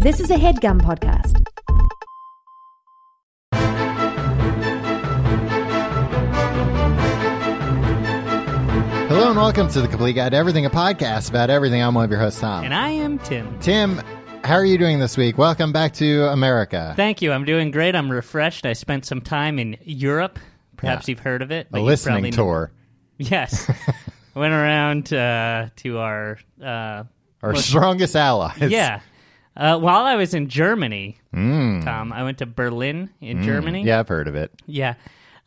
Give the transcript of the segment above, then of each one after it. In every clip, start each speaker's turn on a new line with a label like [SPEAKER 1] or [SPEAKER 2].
[SPEAKER 1] This is a headgum podcast.
[SPEAKER 2] Hello and welcome to the Complete Guide to Everything, a podcast about everything. I'm one of your hosts, Tom.
[SPEAKER 3] And I am Tim.
[SPEAKER 2] Tim, how are you doing this week? Welcome back to America.
[SPEAKER 3] Thank you. I'm doing great. I'm refreshed. I spent some time in Europe. Perhaps
[SPEAKER 2] Yeah.
[SPEAKER 3] you've heard of it. but
[SPEAKER 2] a
[SPEAKER 3] you probably
[SPEAKER 2] listening
[SPEAKER 3] kn-
[SPEAKER 2] tour.
[SPEAKER 3] Yes. I went around uh, to our. Uh,
[SPEAKER 2] Our strongest allies.
[SPEAKER 3] yeah. Uh, while I was in Germany, Tom, I went to Berlin in Germany.
[SPEAKER 2] Mm. Yeah, I've heard of it.
[SPEAKER 3] Yeah.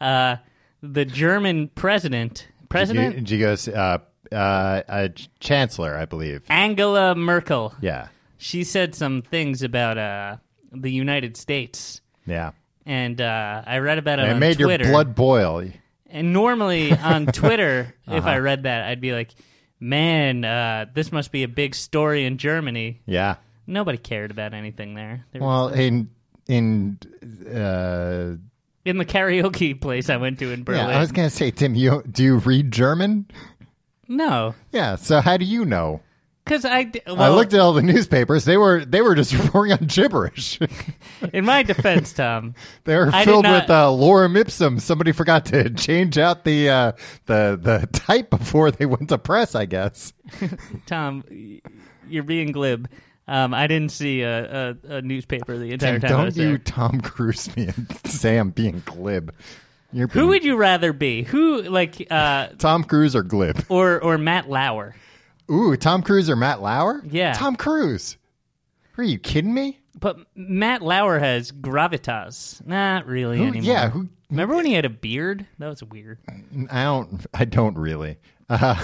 [SPEAKER 3] Uh, the German president,
[SPEAKER 2] Did
[SPEAKER 3] President
[SPEAKER 2] you, did you go s- uh, uh, uh, ch- Chancellor, I believe.
[SPEAKER 3] Angela Merkel,
[SPEAKER 2] Yeah.
[SPEAKER 3] she said some things about uh, the United States.
[SPEAKER 2] Yeah.
[SPEAKER 3] And uh, I read about it
[SPEAKER 2] It
[SPEAKER 3] on
[SPEAKER 2] made
[SPEAKER 3] Twitter.
[SPEAKER 2] your blood boil.
[SPEAKER 3] And normally on Twitter, if
[SPEAKER 2] Uh-huh.
[SPEAKER 3] I read that, I'd be like, man, uh, this must be a big story in Germany.
[SPEAKER 2] Yeah.
[SPEAKER 3] Nobody cared about anything there. They were
[SPEAKER 2] Well, in in uh,
[SPEAKER 3] in the karaoke place I went to in
[SPEAKER 2] yeah,
[SPEAKER 3] Berlin.
[SPEAKER 2] I was gonna say, Tim, you do you read German?
[SPEAKER 3] no.
[SPEAKER 2] Yeah. So how do you know?
[SPEAKER 3] Because I, d- well,
[SPEAKER 2] I looked at all the newspapers. They were they were just reporting on gibberish.
[SPEAKER 3] in my defense, Tom,
[SPEAKER 2] They were
[SPEAKER 3] I did
[SPEAKER 2] filled
[SPEAKER 3] not-
[SPEAKER 2] with uh, lorem ipsum. Somebody forgot to change out the uh, the the type before they went to press. I guess.
[SPEAKER 3] Tom, y- you're being glib. Um, I didn't see a, a, a newspaper the entire
[SPEAKER 2] And
[SPEAKER 3] time I
[SPEAKER 2] don't
[SPEAKER 3] was
[SPEAKER 2] you
[SPEAKER 3] there.
[SPEAKER 2] Tom Cruise me and say I'm being glib. You're
[SPEAKER 3] Who
[SPEAKER 2] being-
[SPEAKER 3] would you rather be? Who, like, uh,
[SPEAKER 2] Tom Cruise or glib?
[SPEAKER 3] or, or Matt Lauer?
[SPEAKER 2] Ooh, Tom Cruise or Matt Lauer?
[SPEAKER 3] Yeah.
[SPEAKER 2] Tom Cruise. Are you kidding me?
[SPEAKER 3] But Matt Lauer has gravitas. Not really
[SPEAKER 2] Who-
[SPEAKER 3] anymore.
[SPEAKER 2] yeah, who?
[SPEAKER 3] Remember when he had a beard? That was weird.
[SPEAKER 2] I don't. I don't really. Uh,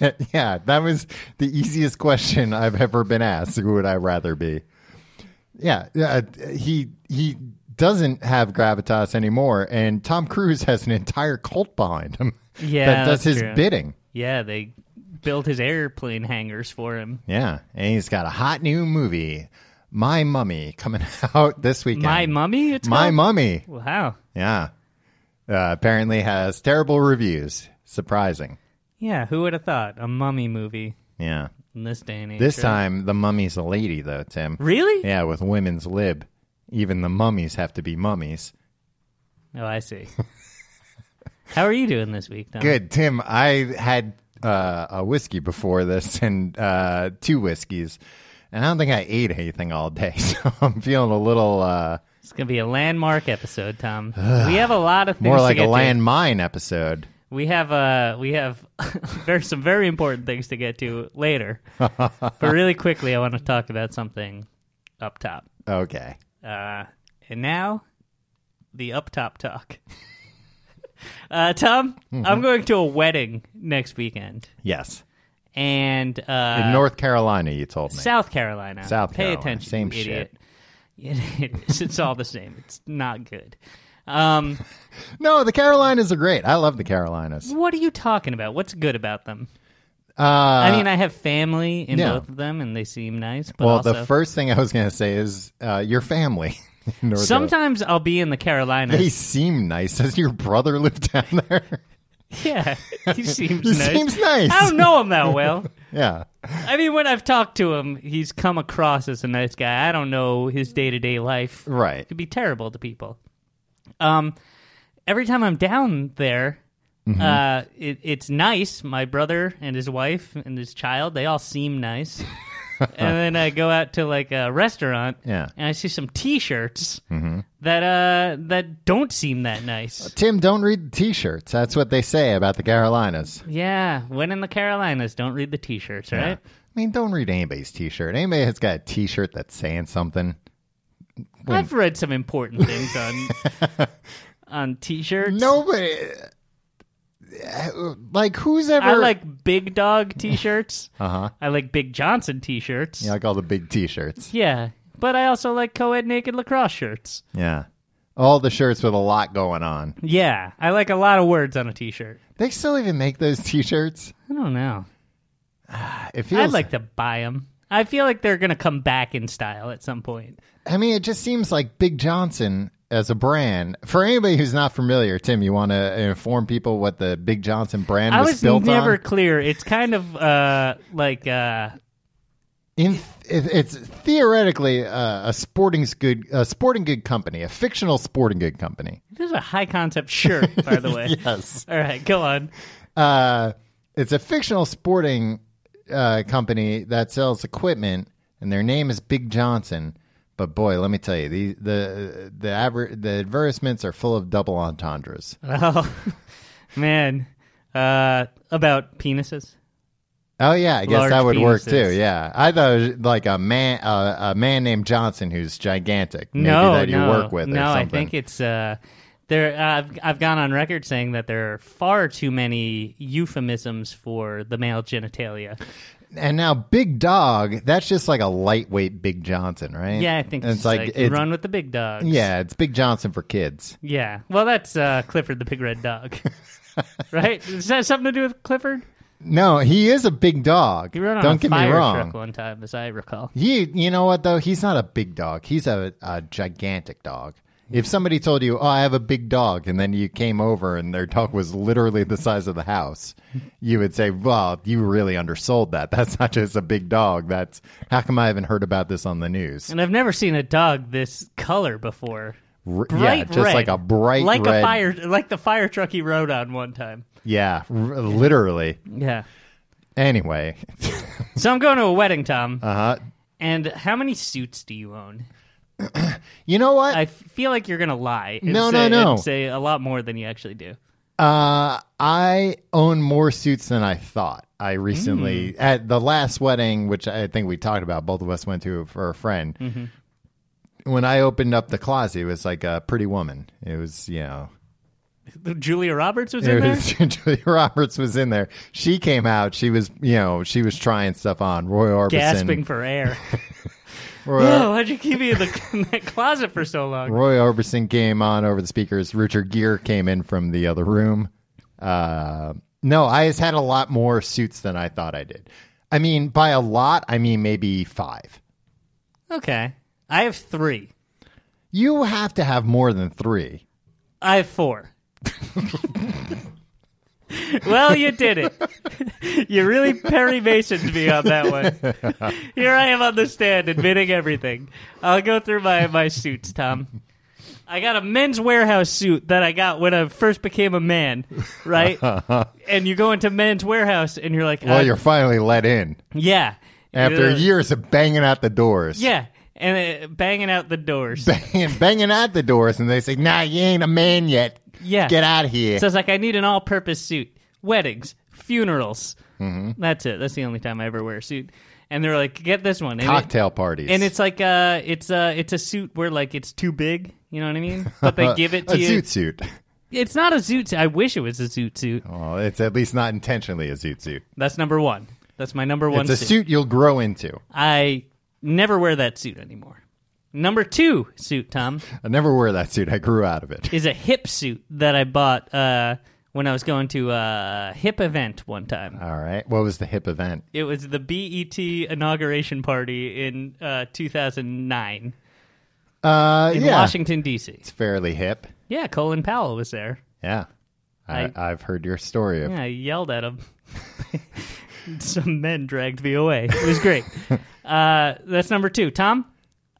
[SPEAKER 2] yeah, that was the easiest question I've ever been asked. Who would I rather be? Yeah, uh, he he doesn't have gravitas anymore, and Tom Cruise has an entire cult behind him
[SPEAKER 3] Yeah,
[SPEAKER 2] that does
[SPEAKER 3] that's
[SPEAKER 2] his
[SPEAKER 3] true.
[SPEAKER 2] bidding.
[SPEAKER 3] Yeah, they built his airplane hangars for him.
[SPEAKER 2] Yeah, and he's got a hot new movie, My Mummy, coming out this weekend.
[SPEAKER 3] My mummy? It's
[SPEAKER 2] My
[SPEAKER 3] called?
[SPEAKER 2] Mummy.
[SPEAKER 3] Wow.
[SPEAKER 2] Yeah, uh, apparently has terrible reviews. Surprising.
[SPEAKER 3] Yeah, who would have thought a mummy movie
[SPEAKER 2] Yeah.
[SPEAKER 3] in this day and age?
[SPEAKER 2] This
[SPEAKER 3] right?
[SPEAKER 2] time, the mummy's a lady, though, Tim.
[SPEAKER 3] Really?
[SPEAKER 2] Yeah, with women's lib. Even the mummies have to be mummies.
[SPEAKER 3] Oh, I see. How are you doing this week, Tom?
[SPEAKER 2] Good, Tim. I had uh, a whiskey before this and uh, two whiskeys, and I don't think I ate anything all day, so I'm feeling a little uh,
[SPEAKER 3] It's going to be a landmark episode, Tom. we have a lot of things
[SPEAKER 2] more
[SPEAKER 3] to
[SPEAKER 2] like a
[SPEAKER 3] get to.
[SPEAKER 2] landmine episode.
[SPEAKER 3] We have uh we have there's some very important things to get to later. but really quickly I want to talk about something up top.
[SPEAKER 2] Okay.
[SPEAKER 3] Uh, and now, the up top talk. uh, Tom,
[SPEAKER 2] Mm-hmm.
[SPEAKER 3] I'm going to a wedding next weekend,
[SPEAKER 2] Yes.
[SPEAKER 3] and uh,
[SPEAKER 2] In North Carolina, you told me.
[SPEAKER 3] South Carolina.
[SPEAKER 2] South
[SPEAKER 3] Pay
[SPEAKER 2] Carolina,
[SPEAKER 3] attention,
[SPEAKER 2] same
[SPEAKER 3] you idiot. It is. It's all the same. It's not good. Um,
[SPEAKER 2] no, the Carolinas are great. I love the Carolinas.
[SPEAKER 3] what are you talking about? What's good about them?
[SPEAKER 2] Uh,
[SPEAKER 3] I mean, I have family in
[SPEAKER 2] yeah.
[SPEAKER 3] both of them, and they seem nice. But
[SPEAKER 2] well,
[SPEAKER 3] also,
[SPEAKER 2] the first thing I was going to say is uh, your family. in North Carolina.
[SPEAKER 3] sometimes I'll be in the Carolinas.
[SPEAKER 2] They seem nice. Does your brother live down there?
[SPEAKER 3] yeah, he seems
[SPEAKER 2] He
[SPEAKER 3] nice.
[SPEAKER 2] seems nice.
[SPEAKER 3] I don't know him that well.
[SPEAKER 2] yeah.
[SPEAKER 3] I mean, when I've talked to him, he's come across as a nice guy. I don't know his day to day life.
[SPEAKER 2] Right.
[SPEAKER 3] Could be terrible to people. Um, every time I'm down there,
[SPEAKER 2] Mm-hmm.
[SPEAKER 3] uh, it, it's nice. My brother and his wife and his child, they all seem nice. and then I go out to like a restaurant,
[SPEAKER 2] Yeah. Mm-hmm.
[SPEAKER 3] and I see some T-shirts that uh that don't seem that nice.
[SPEAKER 2] Tim, don't read the t shirts. That's what they say about the Carolinas.
[SPEAKER 3] Yeah, when in the Carolinas, don't read the T-shirts,
[SPEAKER 2] Yeah.
[SPEAKER 3] right?
[SPEAKER 2] I mean, don't read anybody's t shirt. Anybody that's got a t shirt that's saying something. When-
[SPEAKER 3] I've read some important things on on t-shirts.
[SPEAKER 2] Nobody. Uh, Like, who's ever.
[SPEAKER 3] I like Big Dog t-shirts.
[SPEAKER 2] Uh huh.
[SPEAKER 3] I like Big Johnson t-shirts.
[SPEAKER 2] You like all the big t shirts.
[SPEAKER 3] Yeah, but I also like co-ed naked lacrosse shirts.
[SPEAKER 2] Yeah. All the shirts with a lot going on.
[SPEAKER 3] Yeah, I like a lot of words on a t-shirt.
[SPEAKER 2] They still even make those t shirts.
[SPEAKER 3] I don't know.
[SPEAKER 2] It feels
[SPEAKER 3] I'd like to buy them. I feel like they're gonna come back in style at some point.
[SPEAKER 2] I mean, it just seems like Big Johnson as a brand. For anybody who's not familiar, Tim, you want to inform people what the Big Johnson brand
[SPEAKER 3] I
[SPEAKER 2] was,
[SPEAKER 3] was
[SPEAKER 2] built
[SPEAKER 3] never
[SPEAKER 2] on?
[SPEAKER 3] clear. It's kind of uh, like uh,
[SPEAKER 2] in it, it's theoretically uh, a, a sporting good a sporting good company, a fictional sporting good company.
[SPEAKER 3] This is a high concept shirt, by the way.
[SPEAKER 2] Yes.
[SPEAKER 3] All right, go on.
[SPEAKER 2] Uh, it's a fictional sporting uh, company that sells equipment, and their name is Big Johnson. But boy, let me tell you, the the the, adver- the advertisements are full of double entendres.
[SPEAKER 3] Oh, man. Uh, about penises.
[SPEAKER 2] Oh yeah, I guess
[SPEAKER 3] Large
[SPEAKER 2] that would work too.
[SPEAKER 3] penises.
[SPEAKER 2] Yeah, I thought it was like a man uh, a man named Johnson who's gigantic. Maybe
[SPEAKER 3] no,
[SPEAKER 2] that you
[SPEAKER 3] no,
[SPEAKER 2] work with.
[SPEAKER 3] No,
[SPEAKER 2] or
[SPEAKER 3] I
[SPEAKER 2] something.
[SPEAKER 3] think it's. Uh, there, uh, I've, I've gone on record saying that there are far too many euphemisms for the male genitalia.
[SPEAKER 2] And now Big Dog, that's just like a lightweight Big Johnson, right?
[SPEAKER 3] Yeah, I think
[SPEAKER 2] it's, like, it's,
[SPEAKER 3] run with the big dogs.
[SPEAKER 2] yeah, it's Big Johnson for kids.
[SPEAKER 3] yeah. Well, that's uh, Clifford the big red dog, right? Does that have something to do with Clifford?
[SPEAKER 2] No, he is a big dog.
[SPEAKER 3] He rode on
[SPEAKER 2] Don't
[SPEAKER 3] a
[SPEAKER 2] get
[SPEAKER 3] fire
[SPEAKER 2] me wrong.
[SPEAKER 3] truck one time, as I recall.
[SPEAKER 2] He, you know what though? He's not a big dog. He's a, a gigantic dog. If somebody told you, "Oh, I have a big dog," and then you came over and their dog was literally the size of the house, you would say, "Well, you really undersold that. That's not just a big dog. That's how come I haven't heard about this on the news?"
[SPEAKER 3] And I've never seen a dog this color before.
[SPEAKER 2] R-
[SPEAKER 3] Bright
[SPEAKER 2] yeah, just
[SPEAKER 3] red.
[SPEAKER 2] like a bright
[SPEAKER 3] like
[SPEAKER 2] red.
[SPEAKER 3] a fire, like the fire truck he rode on one time.
[SPEAKER 2] Yeah, r- literally.
[SPEAKER 3] Yeah.
[SPEAKER 2] Anyway,
[SPEAKER 3] So I'm going to a wedding, Tom.
[SPEAKER 2] uh,
[SPEAKER 3] and how many suits do you own?
[SPEAKER 2] you know what?
[SPEAKER 3] I f- feel like you're going to lie. And
[SPEAKER 2] No, no,
[SPEAKER 3] say,
[SPEAKER 2] no.
[SPEAKER 3] and say a lot more than you actually do.
[SPEAKER 2] Uh, I own more suits than I thought. I recently
[SPEAKER 3] Mm.
[SPEAKER 2] at the last wedding, which I think we talked about, both of us went to for a friend.
[SPEAKER 3] Mm-hmm.
[SPEAKER 2] When I opened up the closet, it was like a pretty woman. It was you know,
[SPEAKER 3] Julia Roberts was in
[SPEAKER 2] it
[SPEAKER 3] there.
[SPEAKER 2] was Julia Roberts was in there. She came out. She was you know she was trying stuff on. Roy Orbison,
[SPEAKER 3] gasping for air.
[SPEAKER 2] Roy,
[SPEAKER 3] Whoa, why'd you keep me in, the, in that closet for so long?
[SPEAKER 2] Roy Orbison came on over the speakers. Richard Gere came in from the other room. Uh, no, I just had a lot more suits than I thought I did. I mean, by a lot, I mean maybe five.
[SPEAKER 3] Okay. I have three.
[SPEAKER 2] You have to have more than three.
[SPEAKER 3] I have four. well, you did it. you really Perry Masoned me on that one. Here I am on the stand admitting everything. I'll go through my, my suits, Tom. I got a men's warehouse suit that I got when I first became a man, right? and you go into men's warehouse and you're like,
[SPEAKER 2] Well,
[SPEAKER 3] uh,
[SPEAKER 2] you're finally let in
[SPEAKER 3] yeah.
[SPEAKER 2] after
[SPEAKER 3] You're-
[SPEAKER 2] years of banging out the doors.
[SPEAKER 3] Yeah, and uh, banging out the doors.
[SPEAKER 2] Banging, banging out the doors, and they say, nah, you ain't a man yet.
[SPEAKER 3] Yeah.
[SPEAKER 2] Get out of here.
[SPEAKER 3] So it's like I need an all-purpose suit. Weddings, funerals.
[SPEAKER 2] Mm-hmm.
[SPEAKER 3] That's it. That's the only time I ever wear a suit. And they're like, get this one. And it-
[SPEAKER 2] Cocktail parties.
[SPEAKER 3] and it's like uh, it's uh, it's a suit where like it's too big. You know what I mean? But they give it to
[SPEAKER 2] a
[SPEAKER 3] you.
[SPEAKER 2] zoot suit.
[SPEAKER 3] It's not a zoot. suit. I wish it was a zoot suit.
[SPEAKER 2] Well, it's at least not intentionally a zoot suit.
[SPEAKER 3] That's number one. That's my number one.
[SPEAKER 2] It's a suit you'll grow into.
[SPEAKER 3] I never wear that suit anymore. Number two suit, Tom,
[SPEAKER 2] I never wore that suit. I grew out of it.
[SPEAKER 3] is a hip suit that I bought uh, when I was going to a hip event one time.
[SPEAKER 2] All right. What was the hip event?
[SPEAKER 3] It was the BET inauguration party in uh, 2009
[SPEAKER 2] Uh,
[SPEAKER 3] in
[SPEAKER 2] yeah,
[SPEAKER 3] Washington D.C.
[SPEAKER 2] it's fairly hip.
[SPEAKER 3] Yeah, Colin Powell was there.
[SPEAKER 2] Yeah, I, I, have heard your story of.
[SPEAKER 3] Yeah, I yelled at him. Some men dragged me away. It was great. uh, that's number two. Tom,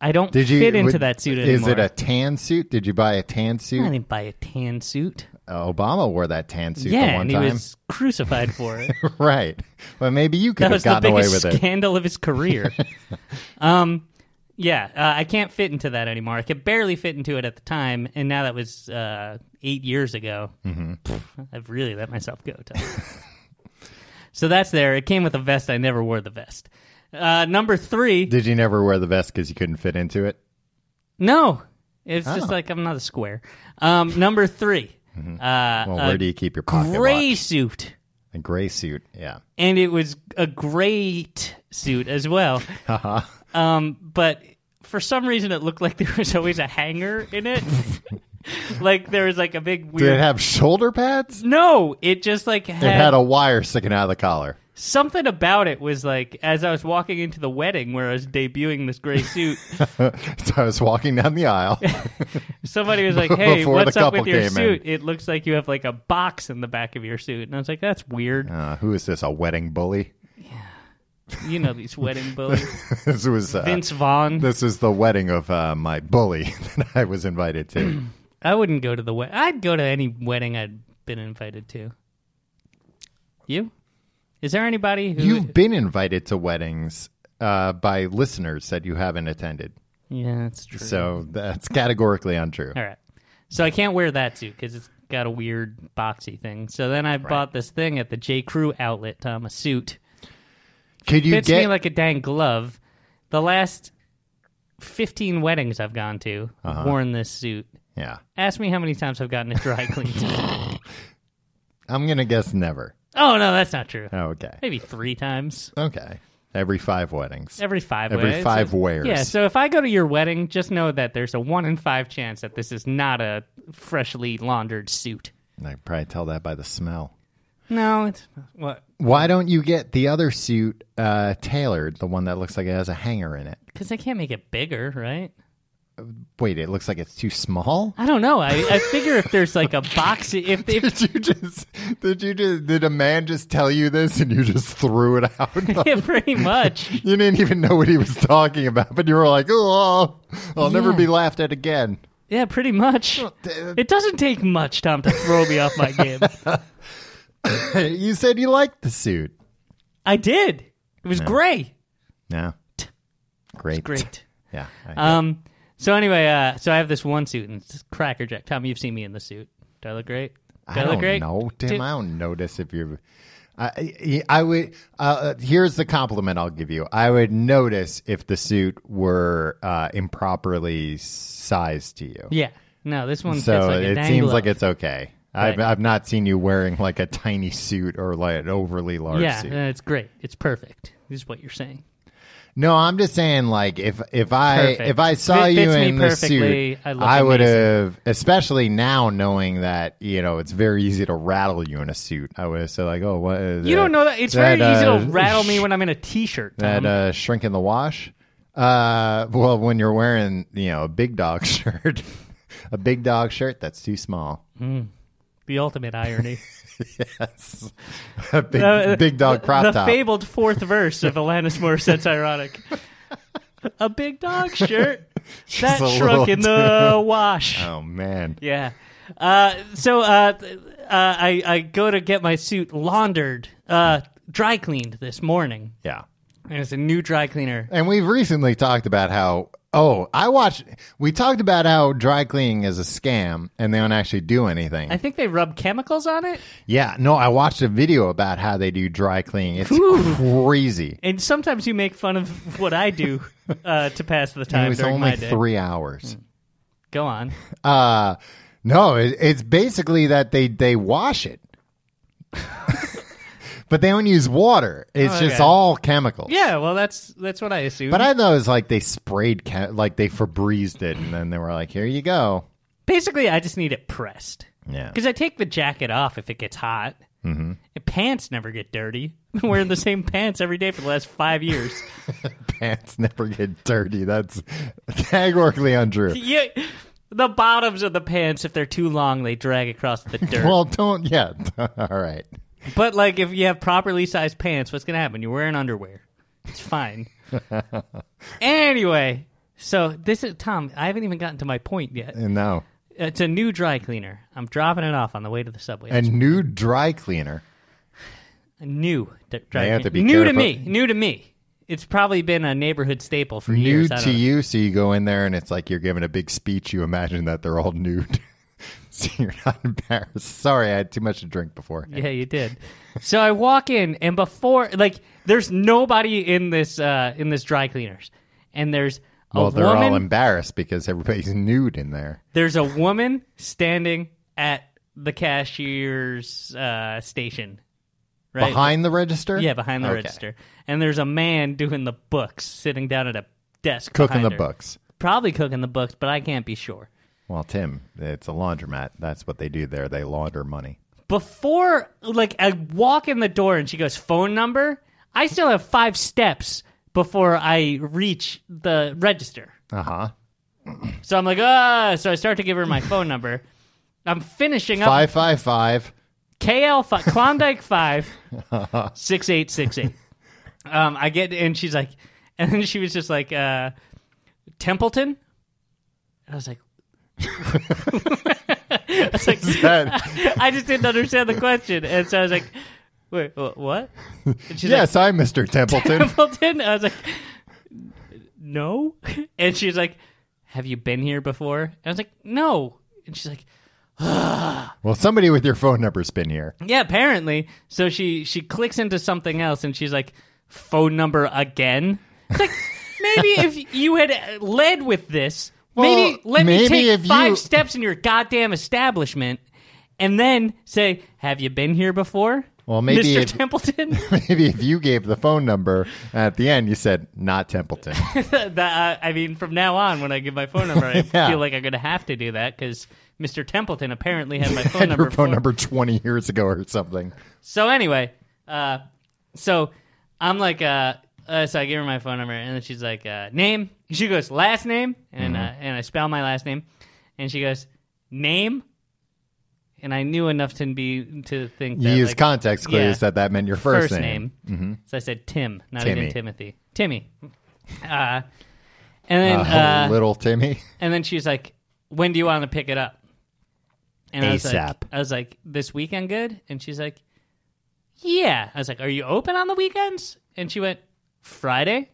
[SPEAKER 3] I don't
[SPEAKER 2] Did you
[SPEAKER 3] fit into
[SPEAKER 2] would-
[SPEAKER 3] that suit
[SPEAKER 2] Is
[SPEAKER 3] anymore.
[SPEAKER 2] it a tan suit? Did you buy a tan
[SPEAKER 3] I
[SPEAKER 2] suit?
[SPEAKER 3] didn't buy a tan suit.
[SPEAKER 2] Uh, Obama wore that tan suit the
[SPEAKER 3] yeah,
[SPEAKER 2] one
[SPEAKER 3] and he
[SPEAKER 2] time,
[SPEAKER 3] was crucified for it.
[SPEAKER 2] right? Well, maybe you could
[SPEAKER 3] that
[SPEAKER 2] have
[SPEAKER 3] was the
[SPEAKER 2] gotten away
[SPEAKER 3] biggest
[SPEAKER 2] with it.
[SPEAKER 3] scandal of his career. um, yeah, uh, I can't fit into that anymore. I could barely fit into it at the time, and now that was uh, eight years ago.
[SPEAKER 2] Mm-hmm.
[SPEAKER 3] Pff, I've really let myself go. Tom. so that's there. It came with a vest. I never wore the vest. Uh, number three,
[SPEAKER 2] Did you never wear the vest because you couldn't fit into it?
[SPEAKER 3] no, it's just
[SPEAKER 2] Oh. Mm-hmm.
[SPEAKER 3] like I'm not a square. Um, number 3 uh,
[SPEAKER 2] Well,
[SPEAKER 3] a
[SPEAKER 2] where do you keep your pocket
[SPEAKER 3] gray
[SPEAKER 2] watch?
[SPEAKER 3] suit.
[SPEAKER 2] A gray suit. Yeah.
[SPEAKER 3] and it was a great suit as well.
[SPEAKER 2] Uh-huh.
[SPEAKER 3] Um, but for some reason, it looked like there was always a hanger in it. like there was like a big
[SPEAKER 2] Did
[SPEAKER 3] weird.
[SPEAKER 2] it have shoulder pads?
[SPEAKER 3] no, it just like
[SPEAKER 2] It
[SPEAKER 3] had,
[SPEAKER 2] had a wire sticking out of the collar.
[SPEAKER 3] something about it was like as I was walking into the wedding where I was debuting this gray suit,
[SPEAKER 2] so I was walking down the aisle.
[SPEAKER 3] somebody was like, "Hey,
[SPEAKER 2] Before the
[SPEAKER 3] what's up with
[SPEAKER 2] couple
[SPEAKER 3] your
[SPEAKER 2] came in.
[SPEAKER 3] suit? It looks like you have like a box in the back of your suit." And I was like, "That's weird."
[SPEAKER 2] Uh, who is this? A wedding bully?
[SPEAKER 3] You know these wedding bullies.
[SPEAKER 2] this was uh,
[SPEAKER 3] Vince Vaughn.
[SPEAKER 2] this was the wedding of uh, my bully that I was invited to.
[SPEAKER 3] I wouldn't go to the wedding. I'd go to any wedding I'd been invited to. You? Is there anybody who?
[SPEAKER 2] You've been invited to weddings uh, by listeners that you haven't attended,
[SPEAKER 3] yeah, that's true.
[SPEAKER 2] so that's categorically untrue.
[SPEAKER 3] All right. So I can't wear that suit because it's got a weird boxy thing. So then I bought this thing at the J. Crew outlet, Tom, a suit.
[SPEAKER 2] Could you
[SPEAKER 3] Fits me
[SPEAKER 2] get
[SPEAKER 3] like a dang glove. The last fifteen weddings I've gone to,
[SPEAKER 2] Uh-huh.
[SPEAKER 3] I've worn this suit.
[SPEAKER 2] yeah?
[SPEAKER 3] Ask me how many times I've gotten it dry cleaned.
[SPEAKER 2] I'm gonna guess never.
[SPEAKER 3] oh no, that's not true.
[SPEAKER 2] Okay,
[SPEAKER 3] Maybe three times.
[SPEAKER 2] okay. Every five weddings.
[SPEAKER 3] Every five.
[SPEAKER 2] Every
[SPEAKER 3] weddings.
[SPEAKER 2] five wears.
[SPEAKER 3] Yeah, so if I go to your wedding, just know that there's a one in five chance that this is not a freshly laundered suit.
[SPEAKER 2] And I can probably tell that by the smell.
[SPEAKER 3] No, it's what
[SPEAKER 2] Why don't you get the other suit uh, tailored, the one that looks like it has a hanger in it?
[SPEAKER 3] because I can't make it bigger, right?
[SPEAKER 2] Wait, it looks like it's too small.
[SPEAKER 3] I don't know. I, I figure if there's like a box, if, if
[SPEAKER 2] Did you just? Did you just? Did a man just tell you this, and you just threw it out? Like,
[SPEAKER 3] yeah, pretty much.
[SPEAKER 2] You didn't even know what he was talking about, but you were like, "Oh, I'll never
[SPEAKER 3] Yeah.
[SPEAKER 2] be laughed at again."
[SPEAKER 3] Yeah, pretty much. It doesn't take much, Tom, to throw me off my game.
[SPEAKER 2] you said you liked the suit.
[SPEAKER 3] I did. It was great.
[SPEAKER 2] Yeah, great, Uh,
[SPEAKER 3] Great.
[SPEAKER 2] Yeah, I-
[SPEAKER 3] Um. So anyway, uh, so I have this one suit and it's crackerjack. Tom, you've seen me in the suit. Do I look great? Do
[SPEAKER 2] I
[SPEAKER 3] look
[SPEAKER 2] don't
[SPEAKER 3] great?
[SPEAKER 2] know, Tim.
[SPEAKER 3] Dude.
[SPEAKER 2] I don't notice if you're. I, I I would. Uh, here's the compliment I'll give you. I would notice if the suit were uh, improperly sized to you.
[SPEAKER 3] Yeah. No, this one
[SPEAKER 2] so
[SPEAKER 3] fits like a
[SPEAKER 2] it
[SPEAKER 3] dang
[SPEAKER 2] seems
[SPEAKER 3] glove.
[SPEAKER 2] like it's okay. I've,
[SPEAKER 3] Right.
[SPEAKER 2] I've not seen you wearing like a tiny suit or like an overly large
[SPEAKER 3] yeah,
[SPEAKER 2] suit.
[SPEAKER 3] uh, it's great. It's perfect. Is what you're saying.
[SPEAKER 2] No, I'm just saying, like if if I
[SPEAKER 3] Perfect.
[SPEAKER 2] if I saw
[SPEAKER 3] Fit-
[SPEAKER 2] you
[SPEAKER 3] fits me
[SPEAKER 2] in the
[SPEAKER 3] perfectly.
[SPEAKER 2] suit,
[SPEAKER 3] I
[SPEAKER 2] I,
[SPEAKER 3] look
[SPEAKER 2] would
[SPEAKER 3] amazing.
[SPEAKER 2] have, especially now knowing that you know it's very easy to rattle you in a suit. I would have said like, oh, what? Is
[SPEAKER 3] You
[SPEAKER 2] that-
[SPEAKER 3] don't know that it's
[SPEAKER 2] that,
[SPEAKER 3] very easy
[SPEAKER 2] uh,
[SPEAKER 3] to rattle me
[SPEAKER 2] sh-
[SPEAKER 3] when I'm in a t-shirt. Tom.
[SPEAKER 2] that uh, shrink in the wash. Uh, well, when you're wearing you know a big dog shirt, a big dog shirt that's too small.
[SPEAKER 3] the ultimate irony.
[SPEAKER 2] Yes, a big
[SPEAKER 3] Uh,
[SPEAKER 2] big dog crop
[SPEAKER 3] the
[SPEAKER 2] top.
[SPEAKER 3] fabled fourth verse of Alanis Morissette's ironic. A big dog shirt that
[SPEAKER 2] a little
[SPEAKER 3] shrunk in the wash.
[SPEAKER 2] oh man,
[SPEAKER 3] Yeah. Uh, so uh, th- uh, I I go to get my suit laundered, uh, dry cleaned this morning,
[SPEAKER 2] yeah.
[SPEAKER 3] and it's a new dry cleaner.
[SPEAKER 2] And we've recently talked about how oh, I watched we talked about how dry cleaning is a scam and they don't actually do anything.
[SPEAKER 3] I think they rub chemicals on it,
[SPEAKER 2] yeah, no, I watched a video about how they do dry cleaning. It's crazy.
[SPEAKER 3] and sometimes you make fun of what I do uh, to pass the
[SPEAKER 2] It
[SPEAKER 3] time
[SPEAKER 2] was
[SPEAKER 3] during
[SPEAKER 2] only
[SPEAKER 3] my day. Hmm.
[SPEAKER 2] three hours.
[SPEAKER 3] Go on.
[SPEAKER 2] Uh no, it, it's basically that they they wash it. but they don't use water. It's
[SPEAKER 3] Oh,
[SPEAKER 2] just
[SPEAKER 3] okay.
[SPEAKER 2] all chemicals.
[SPEAKER 3] Yeah, well, that's that's what I assume.
[SPEAKER 2] But I thought it was like they sprayed, chem- like they Febrezed it, and then they were like, here you go.
[SPEAKER 3] basically I just need it pressed.
[SPEAKER 2] Yeah.
[SPEAKER 3] Because I take the jacket off if it gets hot. Mm-hmm. pants never get dirty. I've been wearing the same pants every day for the last five years.
[SPEAKER 2] pants never get dirty. That's categorically untrue.
[SPEAKER 3] yeah, the bottoms of the pants, if they're too long, they drag across the dirt.
[SPEAKER 2] Well, don't. Yeah. All right.
[SPEAKER 3] but like if you have properly sized pants, what's gonna happen? You're wearing underwear. It's fine. anyway, so this is Tom. I haven't even gotten to my point yet.
[SPEAKER 2] No.
[SPEAKER 3] It's a new dry cleaner. I'm dropping it off on the way to the subway.
[SPEAKER 2] A new dry cleaner.
[SPEAKER 3] new d- dry
[SPEAKER 2] They have
[SPEAKER 3] cleaner.
[SPEAKER 2] to be
[SPEAKER 3] new to
[SPEAKER 2] careful.
[SPEAKER 3] me new to me it's probably been a neighborhood staple for
[SPEAKER 2] New
[SPEAKER 3] years I
[SPEAKER 2] to
[SPEAKER 3] don't know.
[SPEAKER 2] you. So you go in there and it's like you're giving a big speech. You imagine that they're all nude. so you're not embarrassed. Sorry, I had too much to drink before.
[SPEAKER 3] yeah you did so i walk in and before like there's nobody in this uh in this dry cleaners and there's a
[SPEAKER 2] Well, they're
[SPEAKER 3] woman
[SPEAKER 2] all embarrassed because everybody's nude in there.
[SPEAKER 3] there's a woman standing at the cashier's uh station right
[SPEAKER 2] Behind the register?
[SPEAKER 3] yeah behind the
[SPEAKER 2] Okay.
[SPEAKER 3] register and there's a man doing the books sitting down at a desk
[SPEAKER 2] Cooking
[SPEAKER 3] behind
[SPEAKER 2] the
[SPEAKER 3] her.
[SPEAKER 2] books.
[SPEAKER 3] probably cooking the books but i can't be sure
[SPEAKER 2] Well, Tim, it's a laundromat. That's what they do there. They launder money.
[SPEAKER 3] before like I walk in the door and she goes phone number, I still have five steps before I reach the register.
[SPEAKER 2] Uh huh.
[SPEAKER 3] So I'm like, ah, so I start to give her my phone number. I'm finishing up
[SPEAKER 2] Five, five, five.
[SPEAKER 3] KL five, Klondike five six eight six eight. um, I get, and she's like, and then she was just like, uh, Templeton. I was like, I was like,
[SPEAKER 2] That-
[SPEAKER 3] I just didn't understand the question, and so I was like, wait, wh- what? And she's like,
[SPEAKER 2] yes, I'm Mr. Templeton.
[SPEAKER 3] Templeton. I was like, no. And she's like, have you been here before? And I was like, no. And she's like,
[SPEAKER 2] well, somebody with your phone number's been here.
[SPEAKER 3] yeah, apparently. So she she clicks into something else, and she's like, phone number again. It's like maybe if you had uh, led with this, maybe
[SPEAKER 2] Well,
[SPEAKER 3] let me
[SPEAKER 2] maybe
[SPEAKER 3] take
[SPEAKER 2] if you-
[SPEAKER 3] five steps in your goddamn establishment, and then say, have you been here before?
[SPEAKER 2] Well, maybe
[SPEAKER 3] Mr.
[SPEAKER 2] if-
[SPEAKER 3] Templeton.
[SPEAKER 2] Maybe if you gave the phone number at the end, you said not Templeton.
[SPEAKER 3] that, uh, I mean, from now on, when I give my phone number, I
[SPEAKER 2] Yeah.
[SPEAKER 3] feel like I'm going to have to do that because Mr. Templeton apparently had my phone number.
[SPEAKER 2] Your phone
[SPEAKER 3] before.
[SPEAKER 2] number twenty years ago or something.
[SPEAKER 3] So anyway, uh, so I'm like, uh, uh, so I give her my phone number, and then she's like, uh, name. She goes last name, and uh,
[SPEAKER 2] Mm-hmm.
[SPEAKER 3] and I spell my last name, and she goes name. And I knew enough to be to think
[SPEAKER 2] You
[SPEAKER 3] that,
[SPEAKER 2] use
[SPEAKER 3] like,
[SPEAKER 2] context clues
[SPEAKER 3] yeah.
[SPEAKER 2] that that meant your first, name. Mm-hmm.
[SPEAKER 3] So I said Tim, not
[SPEAKER 2] Timmy.
[SPEAKER 3] even Timothy. Timmy. Uh, and then
[SPEAKER 2] Uh,
[SPEAKER 3] uh,
[SPEAKER 2] little Timmy.
[SPEAKER 3] And then she's like, "When do you want to pick it up?" And I was like,
[SPEAKER 2] ASAP.
[SPEAKER 3] "I was like, this weekend good?" And she's like, "Yeah." I was like, "Are you open on the weekends?" And she went, "Friday."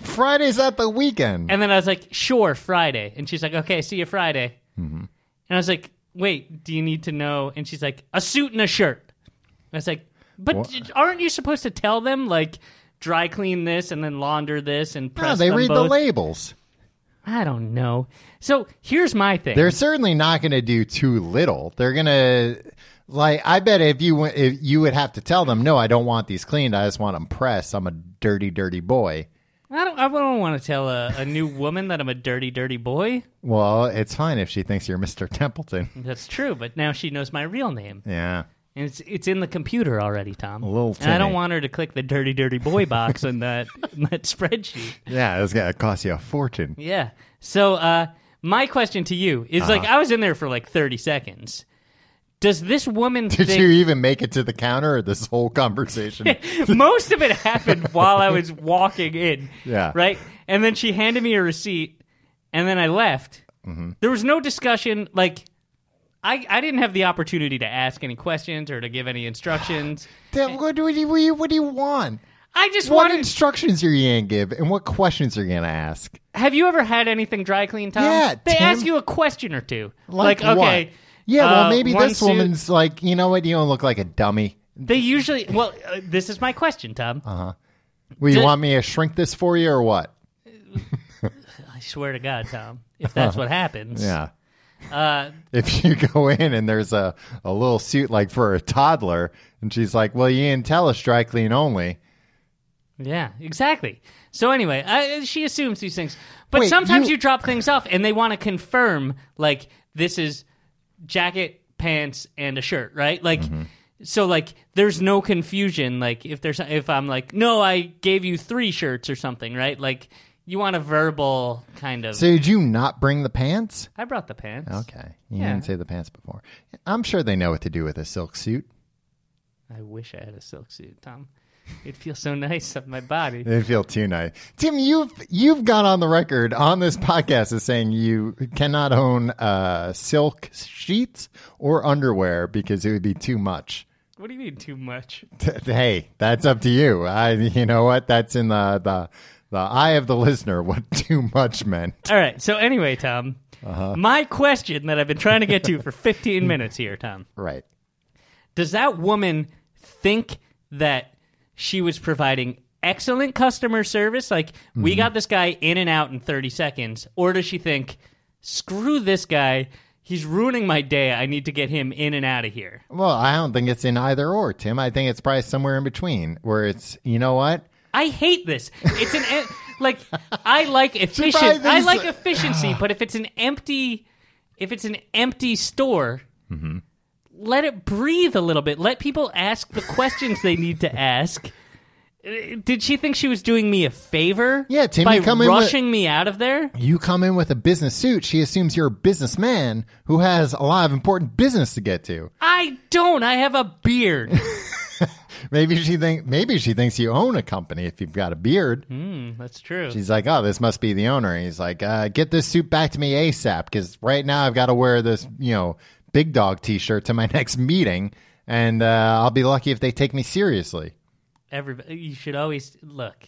[SPEAKER 2] Friday's at the weekend.
[SPEAKER 3] And then I was like, "Sure, Friday." And she's like, "Okay, see you Friday."
[SPEAKER 2] Mm-hmm.
[SPEAKER 3] And I was like, "Wait, do you need to know?" And she's like, "A suit and a shirt." And I was like, "But
[SPEAKER 2] What?
[SPEAKER 3] aren't you supposed to tell them like dry clean this and then launder this and press
[SPEAKER 2] no, they
[SPEAKER 3] them
[SPEAKER 2] read the
[SPEAKER 3] both?
[SPEAKER 2] labels.
[SPEAKER 3] I don't know." So here's my thing.
[SPEAKER 2] They're certainly not going to do too little. They're going to like I bet if you went, if you would have to tell them, "No, I don't want these cleaned. I just want them pressed. I'm a dirty dirty boy."
[SPEAKER 3] I don't. I don't want to tell a, a new woman that I'm a dirty, dirty boy.
[SPEAKER 2] Well, it's fine if she thinks you're Mr. Templeton.
[SPEAKER 3] That's true, but now she knows my real name,
[SPEAKER 2] Yeah.
[SPEAKER 3] and it's it's in the computer already, Tom.
[SPEAKER 2] little
[SPEAKER 3] and I don't
[SPEAKER 2] timid.
[SPEAKER 3] want her to click the dirty, dirty boy box in that in that spreadsheet.
[SPEAKER 2] Yeah, it's going to cost you a fortune.
[SPEAKER 3] Yeah. So, uh, my question to you is like,
[SPEAKER 2] Uh-huh.
[SPEAKER 3] I was in there for like 30 seconds. Does this woman
[SPEAKER 2] Did
[SPEAKER 3] think
[SPEAKER 2] you even make it to the counter or this whole conversation?
[SPEAKER 3] most of it happened while I was walking in.
[SPEAKER 2] Yeah.
[SPEAKER 3] Right? And then she handed me a receipt and then I left.
[SPEAKER 2] Mm-hmm.
[SPEAKER 3] There was no discussion. Like, I, I didn't have the opportunity to ask any questions or to give any instructions.
[SPEAKER 2] Then what, do you, what, do you, what do you want?
[SPEAKER 3] I just
[SPEAKER 2] What
[SPEAKER 3] wanted.
[SPEAKER 2] instructions are you going to give and what questions are you going to ask?
[SPEAKER 3] have you ever had anything dry clean, Tom?
[SPEAKER 2] Yeah,
[SPEAKER 3] They
[SPEAKER 2] Tim.
[SPEAKER 3] ask you a question or two. Like,
[SPEAKER 2] what?
[SPEAKER 3] okay.
[SPEAKER 2] Yeah,
[SPEAKER 3] uh,
[SPEAKER 2] well, maybe
[SPEAKER 3] one
[SPEAKER 2] this
[SPEAKER 3] suit-
[SPEAKER 2] woman's like, you know what? You don't look like a dummy.
[SPEAKER 3] They usually. Well, uh, this is my question, Tom.
[SPEAKER 2] Uh-huh. Well, you
[SPEAKER 3] Did-
[SPEAKER 2] want me to shrink this for you or what?
[SPEAKER 3] I swear to God, Tom, if that's what happens.
[SPEAKER 2] Uh-huh. Yeah.
[SPEAKER 3] Uh,
[SPEAKER 2] If you go in and there's a, a little suit like for a toddler, and she's like, well, you didn't tell us dry clean only.
[SPEAKER 3] Yeah, exactly. So anyway, I, she assumes these things, but
[SPEAKER 2] Wait,
[SPEAKER 3] sometimes
[SPEAKER 2] you-
[SPEAKER 3] you... drop things off and they want to confirm like this is jacket, pants, and a shirt, right? Like.
[SPEAKER 2] Mm-hmm.
[SPEAKER 3] So like, there's no confusion. Like, if there's if I'm like, no, I gave you three shirts or something, right? Like, you want a verbal kind of.
[SPEAKER 2] So did you not bring the pants?
[SPEAKER 3] I brought the pants.
[SPEAKER 2] Okay. You
[SPEAKER 3] Yeah.
[SPEAKER 2] didn't say the pants before. I'm sure they know what to do with a silk suit.
[SPEAKER 3] I wish I had a silk suit, Tom. It feels so nice on my body.
[SPEAKER 2] It'd feel too nice. Tim, you've you've gone on the record on this podcast as saying you cannot own uh, silk sheets or underwear because it would be too much.
[SPEAKER 3] What do you mean too much?
[SPEAKER 2] T- hey, that's up to you. I you know what? That's in the the, the eye of the listener what too much meant.
[SPEAKER 3] All right. So anyway, Tom, my question that I've been trying to get to for 15 minutes here, Tom,
[SPEAKER 2] Right.
[SPEAKER 3] does that woman think that she was providing excellent customer service? Like we got this guy in and out in 30 seconds, or does she think, screw this guy? He's ruining my day. I need to get him in and out of here.
[SPEAKER 2] Well, I don't think it's in either or, Tim. I think it's probably somewhere in between where it's you know what?
[SPEAKER 3] I hate this. It's an em- like I like
[SPEAKER 2] probably
[SPEAKER 3] efficient. I
[SPEAKER 2] thinks-
[SPEAKER 3] like efficiency, but if it's an empty, if it's an empty store, Mm-hmm. let it breathe a little bit. Let people ask the questions they need to ask. Uh, Did she think she was doing me a favor?
[SPEAKER 2] Yeah, Tim,
[SPEAKER 3] by
[SPEAKER 2] you come in with-
[SPEAKER 3] rushing me out of there.
[SPEAKER 2] You come in with a business suit, she assumes you're a businessman who has a lot of important business to get to.
[SPEAKER 3] I don't. I have a beard.
[SPEAKER 2] Maybe she think maybe she thinks you own a company if you've got a beard.
[SPEAKER 3] Hmm, that's true.
[SPEAKER 2] She's like, "Oh, this must be the owner." And he's like, uh, "Get this suit back to me ASAP because right now I've got to wear this, you know, big dog T-shirt to my next meeting, and uh, I'll be lucky if they take me seriously."
[SPEAKER 3] Everybody, you should always look.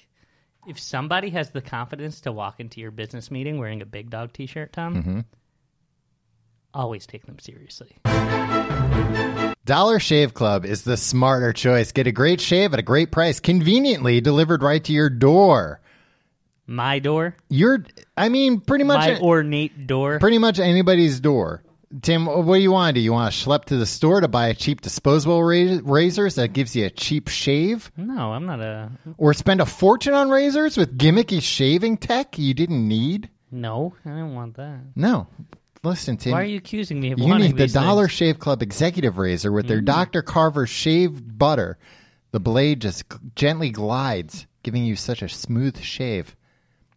[SPEAKER 3] If somebody has the confidence to walk into your business meeting wearing a big dog T-shirt, Tom,
[SPEAKER 2] Mm-hmm.
[SPEAKER 3] always take them seriously.
[SPEAKER 2] Dollar Shave Club is the smarter choice. Get a great shave at a great price, conveniently delivered right to your door.
[SPEAKER 3] My door,
[SPEAKER 2] You're, I mean, pretty much
[SPEAKER 3] my ornate door.
[SPEAKER 2] pretty much anybody's door. Tim, what do you want to do? You want to schlep to the store to buy a cheap disposable ra- razors that gives you a cheap shave?
[SPEAKER 3] no, I'm not a
[SPEAKER 2] Or spend a fortune on razors with gimmicky shaving tech you didn't need?
[SPEAKER 3] no. I don't want that.
[SPEAKER 2] No. Listen, Tim.
[SPEAKER 3] Why are you accusing me of
[SPEAKER 2] you
[SPEAKER 3] wanting
[SPEAKER 2] need the
[SPEAKER 3] these
[SPEAKER 2] Dollar
[SPEAKER 3] things? Mm-hmm.
[SPEAKER 2] Shave Club Executive Razor with their Dr. Carver shaved butter. The blade just g- gently glides, giving you such a smooth shave.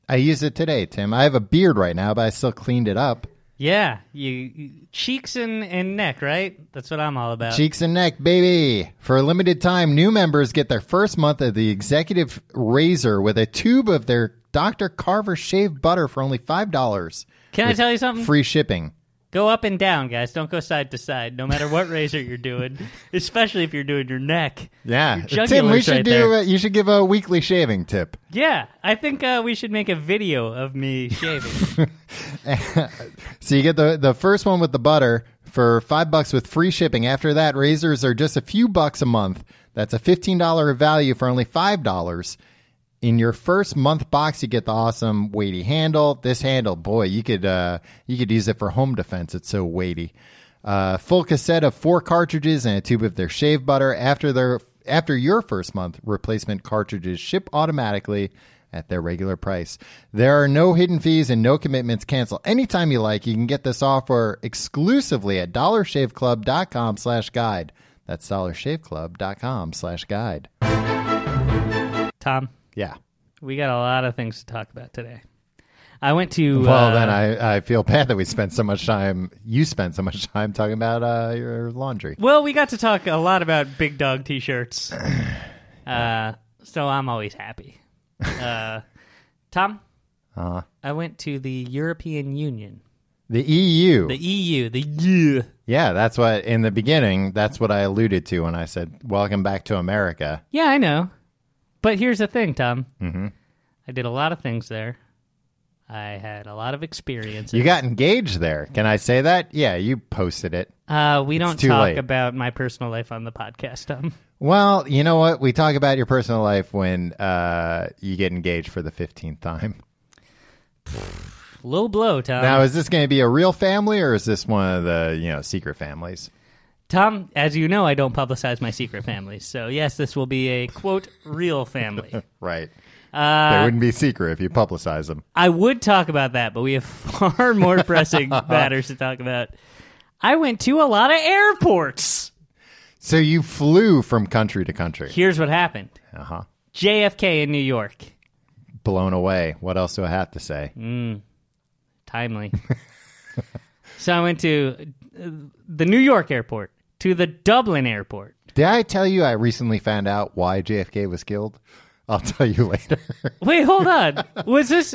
[SPEAKER 2] I use it today, Tim. I have a beard right now, but I still cleaned it up.
[SPEAKER 3] Yeah, you, you- cheeks and, and neck, right? That's what I'm all about.
[SPEAKER 2] Cheeks and neck, baby. For a limited time, new members get their first month of the executive razor with a tube of their Dr. Carver shaved butter for only $5.
[SPEAKER 3] Can I tell you something?
[SPEAKER 2] Free shipping.
[SPEAKER 3] Go up and down, guys. Don't go side to side. No matter what razor you're doing, especially if you're doing your neck.
[SPEAKER 2] Yeah.
[SPEAKER 3] Your
[SPEAKER 2] Tim, we
[SPEAKER 3] jugular's
[SPEAKER 2] should
[SPEAKER 3] right
[SPEAKER 2] do
[SPEAKER 3] there.
[SPEAKER 2] a- you should give a weekly shaving tip.
[SPEAKER 3] Yeah, I think uh, we should make a video of me shaving.
[SPEAKER 2] So you get the the first one with the butter for 5 bucks with free shipping. After that, razors are just a few bucks a month. That's a $15 value for only $5. in your first month box you get the awesome weighty handle this handle boy you could uh, you could use it for home defense it's so weighty uh, full cassette of four cartridges and a tube of their shave butter after their after your first month replacement cartridges ship automatically at their regular price there are no hidden fees and no commitments cancel anytime you like you can get this offer exclusively at dollarshaveclub.com slash guide that's dollarshaveclub.com slash guide
[SPEAKER 3] Tom,
[SPEAKER 2] yeah
[SPEAKER 3] we got a lot of things to talk about today. I went to.
[SPEAKER 2] Well,
[SPEAKER 3] uh,
[SPEAKER 2] then I, I feel bad that we spent so much time, you spent so much time talking about uh, your laundry.
[SPEAKER 3] Well, we got to talk a lot about big dog T-shirts. uh, so I'm always happy. Uh, Tom,
[SPEAKER 2] Uh-huh.
[SPEAKER 3] I went to the European Union,
[SPEAKER 2] The E EU.
[SPEAKER 3] the EU, the E EU.
[SPEAKER 2] yeah, that's what, in the beginning, that's what I alluded to when I said, Welcome back to America.
[SPEAKER 3] Yeah, I know. But here's the thing, Tom. Mm-hmm. I did a lot of things there. I had a lot of experiences.
[SPEAKER 2] You got engaged there. Can I say that? Yeah, you posted it.
[SPEAKER 3] uh, we don't
[SPEAKER 2] too
[SPEAKER 3] talk
[SPEAKER 2] late.
[SPEAKER 3] about my personal life on the podcast, Tom.
[SPEAKER 2] Well, you know what? We talk about your personal life when uh, you get engaged for the 15th time.
[SPEAKER 3] Low blow, Tom.
[SPEAKER 2] Now, is this going to be a real family or is this one of the, you know, secret families?
[SPEAKER 3] Tom, as you know, I don't publicize my secret families. So, yes, this will be a quote, real family.
[SPEAKER 2] Right.
[SPEAKER 3] Uh,
[SPEAKER 2] they wouldn't be secret if you publicize them.
[SPEAKER 3] I would talk about that, but we have far more pressing matters to talk about. I went to a lot of airports.
[SPEAKER 2] So you flew from country to country.
[SPEAKER 3] Here's what happened
[SPEAKER 2] Uh huh.
[SPEAKER 3] JFK in New York.
[SPEAKER 2] Blown away. What else do I have to say?
[SPEAKER 3] Timely. so I went to uh, the New York airport, to the Dublin airport.
[SPEAKER 2] Did I tell you I recently found out why JFK was killed? I'll tell you later.
[SPEAKER 3] Wait, hold on. Was this.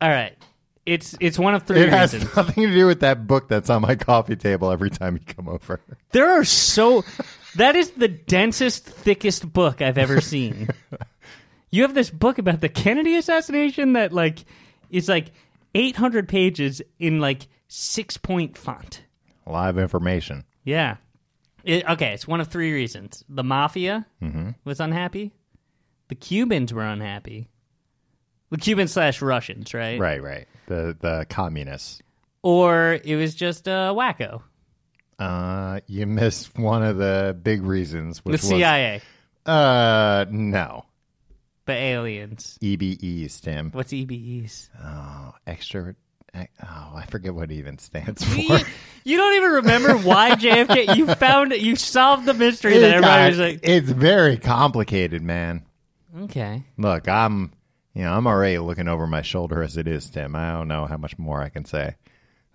[SPEAKER 3] All right. It's it's one of three
[SPEAKER 2] it has
[SPEAKER 3] reasons.
[SPEAKER 2] nothing to do with that book that's on my coffee table every time you come over.
[SPEAKER 3] There are so that is the densest, thickest book I've ever seen. you have this book about the Kennedy assassination that like is like 800 pages in like 6 point font.
[SPEAKER 2] Live information.
[SPEAKER 3] Yeah. It, okay, it's one of three reasons. The mafia
[SPEAKER 2] Mm-hmm.
[SPEAKER 3] was unhappy. The Cubans were unhappy. The Cubans slash Russians, right?
[SPEAKER 2] Right, right. The the communists.
[SPEAKER 3] Or it was just a wacko.
[SPEAKER 2] Uh, you missed one of the big reasons,
[SPEAKER 3] The
[SPEAKER 2] which
[SPEAKER 3] CIA.
[SPEAKER 2] was uh no E
[SPEAKER 3] The aliens.
[SPEAKER 2] EBEs, Tim.
[SPEAKER 3] What's E EBEs?
[SPEAKER 2] Extra. Oh, I forget what it even stands
[SPEAKER 3] you,
[SPEAKER 2] for.
[SPEAKER 3] you don't even remember why JFK. You found you solved the mystery that
[SPEAKER 2] It got-
[SPEAKER 3] everybody was like,
[SPEAKER 2] it's very complicated, man.
[SPEAKER 3] okay.
[SPEAKER 2] Look, I'm, you know, I'm already looking over my shoulder as it is, Tim. I don't know how much more I can say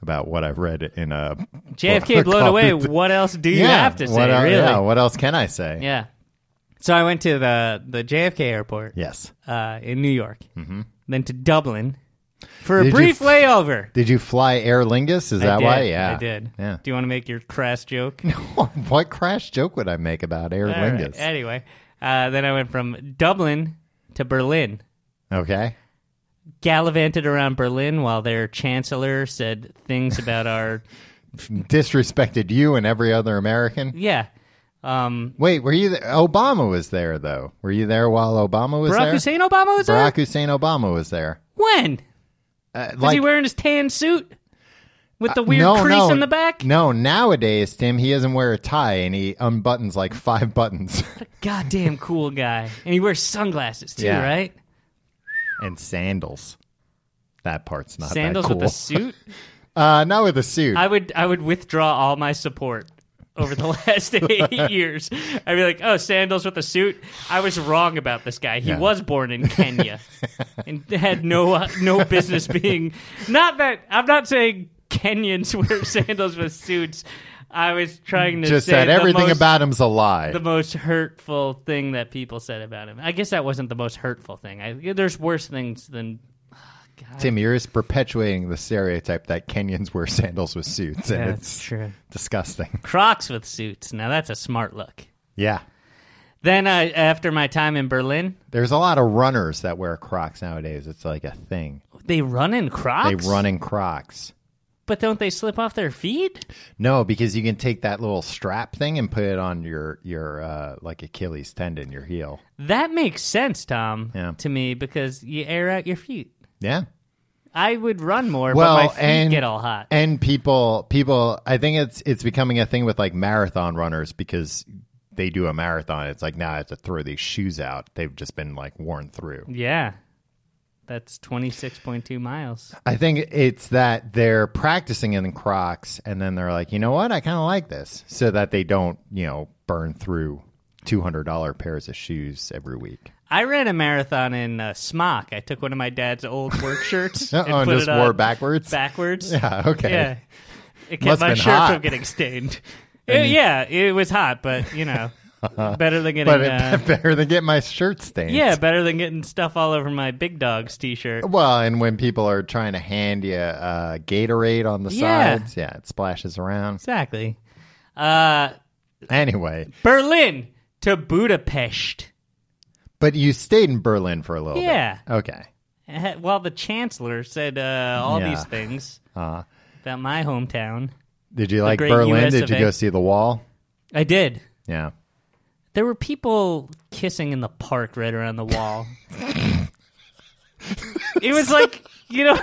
[SPEAKER 2] about what I've read in a
[SPEAKER 3] JFK blown away. What else do you have to say?
[SPEAKER 2] What, el-
[SPEAKER 3] really?
[SPEAKER 2] Yeah.
[SPEAKER 3] Yeah.
[SPEAKER 2] What else can I say?
[SPEAKER 3] So I went to the the JFK airport
[SPEAKER 2] Yes.
[SPEAKER 3] uh, in New York, then to Dublin for
[SPEAKER 2] Mm-hmm.
[SPEAKER 3] a
[SPEAKER 2] Did you
[SPEAKER 3] brief
[SPEAKER 2] f-
[SPEAKER 3] layover.
[SPEAKER 2] Did you fly Aer Lingus? Is
[SPEAKER 3] I
[SPEAKER 2] that
[SPEAKER 3] did.
[SPEAKER 2] why? Yeah.
[SPEAKER 3] I did.
[SPEAKER 2] Yeah.
[SPEAKER 3] Do you want to make your crass joke?
[SPEAKER 2] what crash joke would I make about Aer
[SPEAKER 3] All right.
[SPEAKER 2] Lingus?
[SPEAKER 3] Anyway, uh, then I went from Dublin to Berlin.
[SPEAKER 2] Okay.
[SPEAKER 3] Gallivanted around Berlin while their chancellor said things about our
[SPEAKER 2] Disrespected you and every other American.
[SPEAKER 3] yeah. Um,
[SPEAKER 2] Wait, were you there? Obama was there, though. Were you there while Obama was
[SPEAKER 3] Barack
[SPEAKER 2] there?
[SPEAKER 3] Hussein Obama was
[SPEAKER 2] Barack
[SPEAKER 3] there.
[SPEAKER 2] Hussein Obama was there.
[SPEAKER 3] When
[SPEAKER 2] Uh,
[SPEAKER 3] was
[SPEAKER 2] like-
[SPEAKER 3] he wearing his tan suit with the weird crease in the back?
[SPEAKER 2] Uh, No, nowadays, Tim, he doesn't wear a tie and he unbuttons like five buttons
[SPEAKER 3] Goddamn cool guy, and he wears sunglasses too,
[SPEAKER 2] Yeah.
[SPEAKER 3] right?
[SPEAKER 2] and sandals. That part's not
[SPEAKER 3] Sandals
[SPEAKER 2] that cool.
[SPEAKER 3] with a suit.
[SPEAKER 2] uh, not with a suit.
[SPEAKER 3] I would I would withdraw all my support over the last eight years. I'd be like, oh, sandals with a suit. I was wrong about this guy. He
[SPEAKER 2] Yeah.
[SPEAKER 3] was born in Kenya and had no uh, no business being. Not that I'm not saying Kenyans wear sandals with suits. I was trying to
[SPEAKER 2] Just
[SPEAKER 3] say
[SPEAKER 2] that
[SPEAKER 3] the
[SPEAKER 2] everything
[SPEAKER 3] most-
[SPEAKER 2] about him's a lie.
[SPEAKER 3] the most hurtful thing that people said about him. I guess that wasn't the most hurtful thing. I, there's worse things than
[SPEAKER 2] Tim, you're just perpetuating the stereotype that Kenyans wear sandals with suits, and it's
[SPEAKER 3] true.
[SPEAKER 2] disgusting.
[SPEAKER 3] Crocs with suits. Now that's a smart look.
[SPEAKER 2] Yeah.
[SPEAKER 3] Then I, after my time in Berlin,
[SPEAKER 2] There's a lot of runners that wear Crocs nowadays. It's like a thing.
[SPEAKER 3] they run in
[SPEAKER 2] They
[SPEAKER 3] Crocs.
[SPEAKER 2] run in Crocs.
[SPEAKER 3] but don't they slip off their feet?
[SPEAKER 2] No, because you can take that little strap thing and put it on your your uh, like Achilles tendon, your heel.
[SPEAKER 3] That makes sense, Tom,
[SPEAKER 2] Yeah.
[SPEAKER 3] to me because you air out your feet.
[SPEAKER 2] Yeah.
[SPEAKER 3] I would run more,
[SPEAKER 2] Well,
[SPEAKER 3] but my feet
[SPEAKER 2] and
[SPEAKER 3] get all hot.
[SPEAKER 2] and people people. I think it's it's becoming a thing with like marathon runners because they do a marathon. It's like now I have to throw these shoes out. They've just been like worn through.
[SPEAKER 3] yeah, that's twenty six point two miles.
[SPEAKER 2] I think it's that they're practicing in Crocs and then they're like, you know what? I kind of like this so that they don't, you know, burn through $200 pairs of shoes every week.
[SPEAKER 3] I ran a marathon in uh, smock. I took one of my dad's old work shirts
[SPEAKER 2] Uh-oh,
[SPEAKER 3] and,
[SPEAKER 2] Oh, and
[SPEAKER 3] put
[SPEAKER 2] just
[SPEAKER 3] it on
[SPEAKER 2] wore backwards?
[SPEAKER 3] Backwards.
[SPEAKER 2] Yeah, okay.
[SPEAKER 3] Yeah. It kept
[SPEAKER 2] Must've
[SPEAKER 3] my
[SPEAKER 2] been
[SPEAKER 3] shirt
[SPEAKER 2] hot.
[SPEAKER 3] from getting stained. It- yeah, it was hot, but you know, better than getting.
[SPEAKER 2] But it,
[SPEAKER 3] uh,
[SPEAKER 2] better than get my shirt stained.
[SPEAKER 3] yeah, better than getting stuff all over my big dog's t-shirt.
[SPEAKER 2] Well, and when people are trying to hand you uh, Gatorade on the
[SPEAKER 3] Yeah.
[SPEAKER 2] sides, yeah, it splashes around.
[SPEAKER 3] Exactly. Uh,
[SPEAKER 2] Anyway,
[SPEAKER 3] Berlin to Budapest.
[SPEAKER 2] but you stayed in Berlin for a little
[SPEAKER 3] Yeah.
[SPEAKER 2] bit. Okay.
[SPEAKER 3] Eh, Well, the chancellor said uh, all
[SPEAKER 2] Yeah.
[SPEAKER 3] these things about my hometown.
[SPEAKER 2] Did you like
[SPEAKER 3] great
[SPEAKER 2] Berlin?
[SPEAKER 3] US
[SPEAKER 2] Did you
[SPEAKER 3] event.
[SPEAKER 2] go see the wall?
[SPEAKER 3] I did.
[SPEAKER 2] Yeah.
[SPEAKER 3] There were people kissing in the park right around the wall. it was like, you know,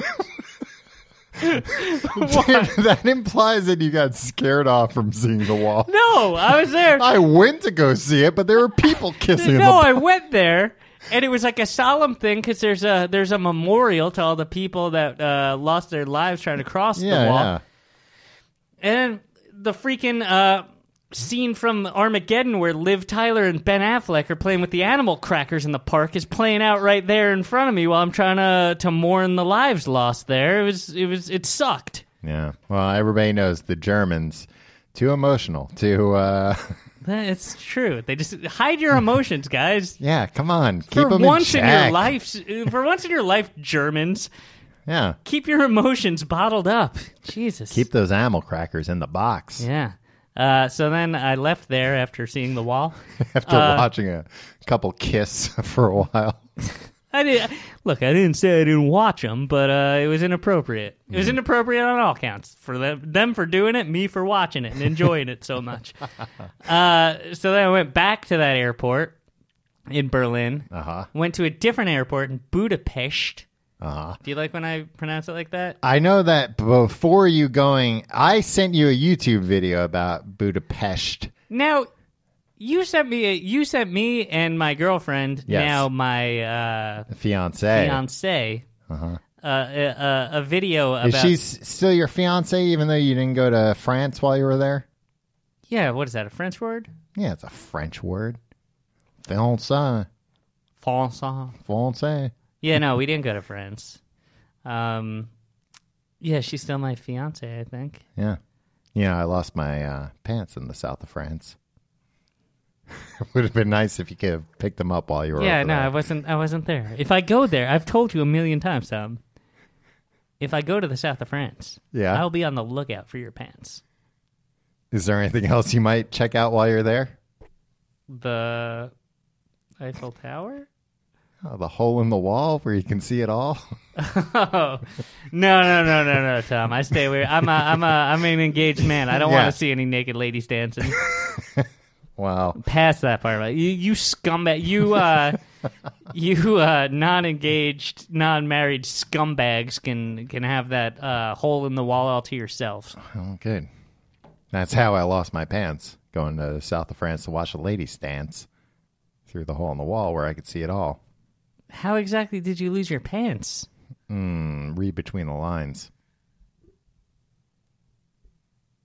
[SPEAKER 2] that implies that you got scared off from seeing the wall.
[SPEAKER 3] no, I was there.
[SPEAKER 2] I went to go see it, but there were people kissing. in
[SPEAKER 3] no,
[SPEAKER 2] the-
[SPEAKER 3] I went there, and it was like a solemn thing because there's a there's a memorial to all the people that uh, lost their lives trying to cross
[SPEAKER 2] yeah,
[SPEAKER 3] the wall.
[SPEAKER 2] yeah.
[SPEAKER 3] And the freaking uh, scene from Armageddon where Liv Tyler and Ben Affleck are playing with the animal crackers in the park is playing out right there in front of me while I'm trying to to mourn the lives lost there. It was it was it sucked.
[SPEAKER 2] Yeah. Well, everybody knows the Germans too emotional. Too. Uh,
[SPEAKER 3] It's true. They just hide your emotions, guys.
[SPEAKER 2] yeah. Come on, keep
[SPEAKER 3] for
[SPEAKER 2] them
[SPEAKER 3] once
[SPEAKER 2] in,
[SPEAKER 3] in, your
[SPEAKER 2] check.
[SPEAKER 3] life, for once in your life, Germans,
[SPEAKER 2] Yeah.
[SPEAKER 3] keep your emotions bottled up. Jesus.
[SPEAKER 2] Keep those animal crackers in the box
[SPEAKER 3] yeah. Uh, so then I left there after seeing the wall.
[SPEAKER 2] after
[SPEAKER 3] Uh,
[SPEAKER 2] watching a couple kiss for a while.
[SPEAKER 3] I did. Look, I didn't say I didn't watch them, but uh, it was inappropriate. It was inappropriate on all counts for them, them for doing it, me for watching it and enjoying it so much. Uh, so then I went back to that airport in Berlin.
[SPEAKER 2] Uh huh.
[SPEAKER 3] Went to a different airport in Budapest.
[SPEAKER 2] Uh huh.
[SPEAKER 3] Do you like when I pronounce it like that?
[SPEAKER 2] I know that before you going, I sent you a YouTube video about Budapest.
[SPEAKER 3] Now, you sent me. A, you sent me and my girlfriend.
[SPEAKER 2] Yes.
[SPEAKER 3] Now my uh,
[SPEAKER 2] Fiance.
[SPEAKER 3] fiance. Uh, a, a, a video about
[SPEAKER 2] Uh-huh. Is she s- still your fiance, even though you didn't go to France while you were there?
[SPEAKER 3] yeah what is that a French word
[SPEAKER 2] Yeah, it's a French word. Fiance,
[SPEAKER 3] Français
[SPEAKER 2] fiance.
[SPEAKER 3] Yeah, no, we didn't go to France. Um, yeah, she's still my fiance, I think.
[SPEAKER 2] Yeah, yeah. I lost my uh, pants in the south of France. Would have been nice if you could have picked them up while you were.
[SPEAKER 3] yeah,
[SPEAKER 2] over
[SPEAKER 3] no, I
[SPEAKER 2] there.
[SPEAKER 3] wasn't. I wasn't there. If I go there, I've told you a million times, Tom. If I go to the south of France,
[SPEAKER 2] Yeah.
[SPEAKER 3] I'll be on the lookout for your pants.
[SPEAKER 2] Is there anything else you might check out while you're there?
[SPEAKER 3] The Eiffel Tower?
[SPEAKER 2] Oh, the hole in the wall where you can see it all.
[SPEAKER 3] Oh, no, no, no, no, no, Tom. I stay away. I'm a, I'm a, I'm an engaged man. I don't
[SPEAKER 2] Yeah.
[SPEAKER 3] want to see any naked ladies dancing.
[SPEAKER 2] wow.
[SPEAKER 3] Past that part, right? you, you scumbag, you, uh, you uh, non-engaged, non-married scumbags can can have that uh, hole in the wall all to yourselves.
[SPEAKER 2] Oh, good. That's how I lost my pants going to the south of France to watch a lady dance through the hole in the wall where I could see it all.
[SPEAKER 3] How exactly did you lose your pants?
[SPEAKER 2] Mm, read between the lines.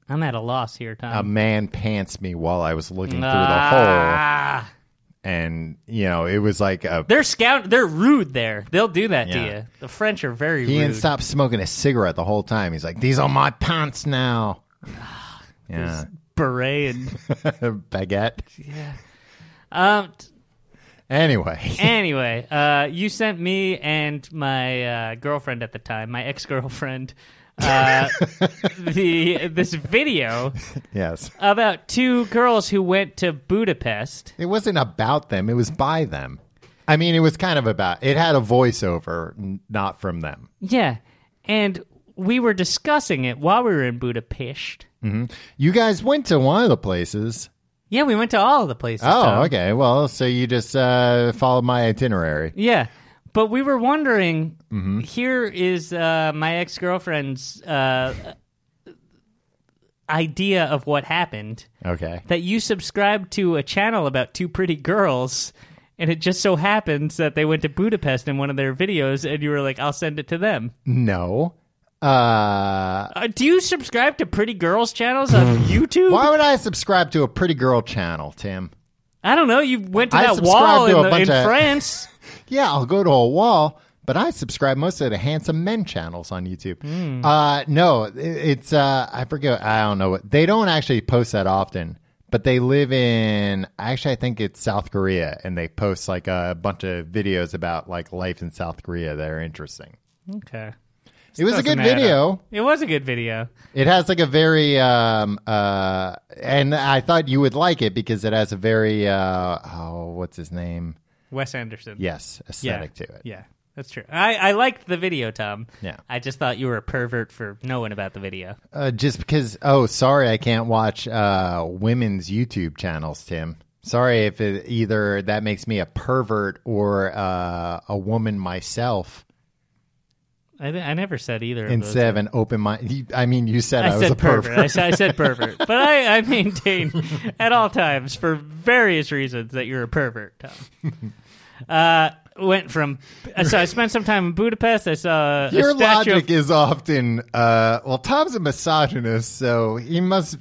[SPEAKER 3] I'm at a loss here, Tom.
[SPEAKER 2] A man pants me while I was looking through the hole,
[SPEAKER 3] Ah.
[SPEAKER 2] and you know it was like a
[SPEAKER 3] They're scout. They're rude. There, they'll do that
[SPEAKER 2] Yeah.
[SPEAKER 3] to you. The French are very
[SPEAKER 2] He
[SPEAKER 3] rude.
[SPEAKER 2] didn't stop smoking a cigarette the whole time. He's like, "These are my pants now." yeah,
[SPEAKER 3] Beret and
[SPEAKER 2] baguette.
[SPEAKER 3] um. t-
[SPEAKER 2] Anyway,
[SPEAKER 3] Anyway, uh, you sent me and my uh, girlfriend at the time, my ex girlfriend, uh, the this video
[SPEAKER 2] yes,
[SPEAKER 3] about two girls who went to Budapest.
[SPEAKER 2] it wasn't about them. It was by them. I mean, it was kind of about. It had a voiceover, n- not from them.
[SPEAKER 3] Yeah, and we were discussing it while we were in Budapest.
[SPEAKER 2] You guys went to one of the places.
[SPEAKER 3] Yeah, we went to all of the places.
[SPEAKER 2] Oh,
[SPEAKER 3] Tom.
[SPEAKER 2] okay. Well, so you just uh, followed my itinerary.
[SPEAKER 3] Yeah. But we were wondering
[SPEAKER 2] Mm-hmm.
[SPEAKER 3] here is uh, my ex girlfriend's uh, idea of what happened
[SPEAKER 2] Okay.
[SPEAKER 3] that you subscribed to a channel about two pretty girls, and it just so happens that they went to Budapest in one of their videos, and you were like, I'll send it to them.
[SPEAKER 2] No. Uh,
[SPEAKER 3] Uh, do you subscribe to pretty girls channels on YouTube?
[SPEAKER 2] why would I subscribe to a pretty girl channel, Tim?
[SPEAKER 3] I don't know. You went to
[SPEAKER 2] I
[SPEAKER 3] that
[SPEAKER 2] subscribe
[SPEAKER 3] wall
[SPEAKER 2] to a
[SPEAKER 3] in, the,
[SPEAKER 2] bunch
[SPEAKER 3] in
[SPEAKER 2] of-
[SPEAKER 3] France.
[SPEAKER 2] Yeah, I'll go to a wall, but I subscribe mostly to handsome men channels on YouTube.
[SPEAKER 3] Hmm.
[SPEAKER 2] Uh, no, it- it's uh, I forget. I don't know. what They don't actually post that often, but they live in actually I think it's South Korea, and they post like a bunch of videos about like life in South Korea that are interesting.
[SPEAKER 3] okay.
[SPEAKER 2] it was a good
[SPEAKER 3] Doesn't add
[SPEAKER 2] video.
[SPEAKER 3] up. It was a good video.
[SPEAKER 2] It has like a very um uh and I thought you would like it because it has a very uh oh what's his name?
[SPEAKER 3] Wes Anderson.
[SPEAKER 2] Yes, aesthetic to it.
[SPEAKER 3] Yeah, that's true. I, I liked the video, Tom.
[SPEAKER 2] Yeah.
[SPEAKER 3] I just thought you were a pervert for knowing about the video.
[SPEAKER 2] Uh, just because. Oh, sorry, I can't watch uh, women's YouTube channels, Tim. Sorry if it, either that makes me a pervert or uh, a woman myself
[SPEAKER 3] I, di- I never said either of those.
[SPEAKER 2] instead of an open mind. you- I mean, you said I,
[SPEAKER 3] I
[SPEAKER 2] was
[SPEAKER 3] said
[SPEAKER 2] a pervert.
[SPEAKER 3] pervert. I, said, I said pervert. But I, I maintain at all times, for various reasons, that you're a pervert, Tom. Uh, went from. uh, So I spent some time in Budapest. I saw a
[SPEAKER 2] Your
[SPEAKER 3] statue
[SPEAKER 2] logic
[SPEAKER 3] of.
[SPEAKER 2] is often, uh, well, Tom's a misogynist, so he must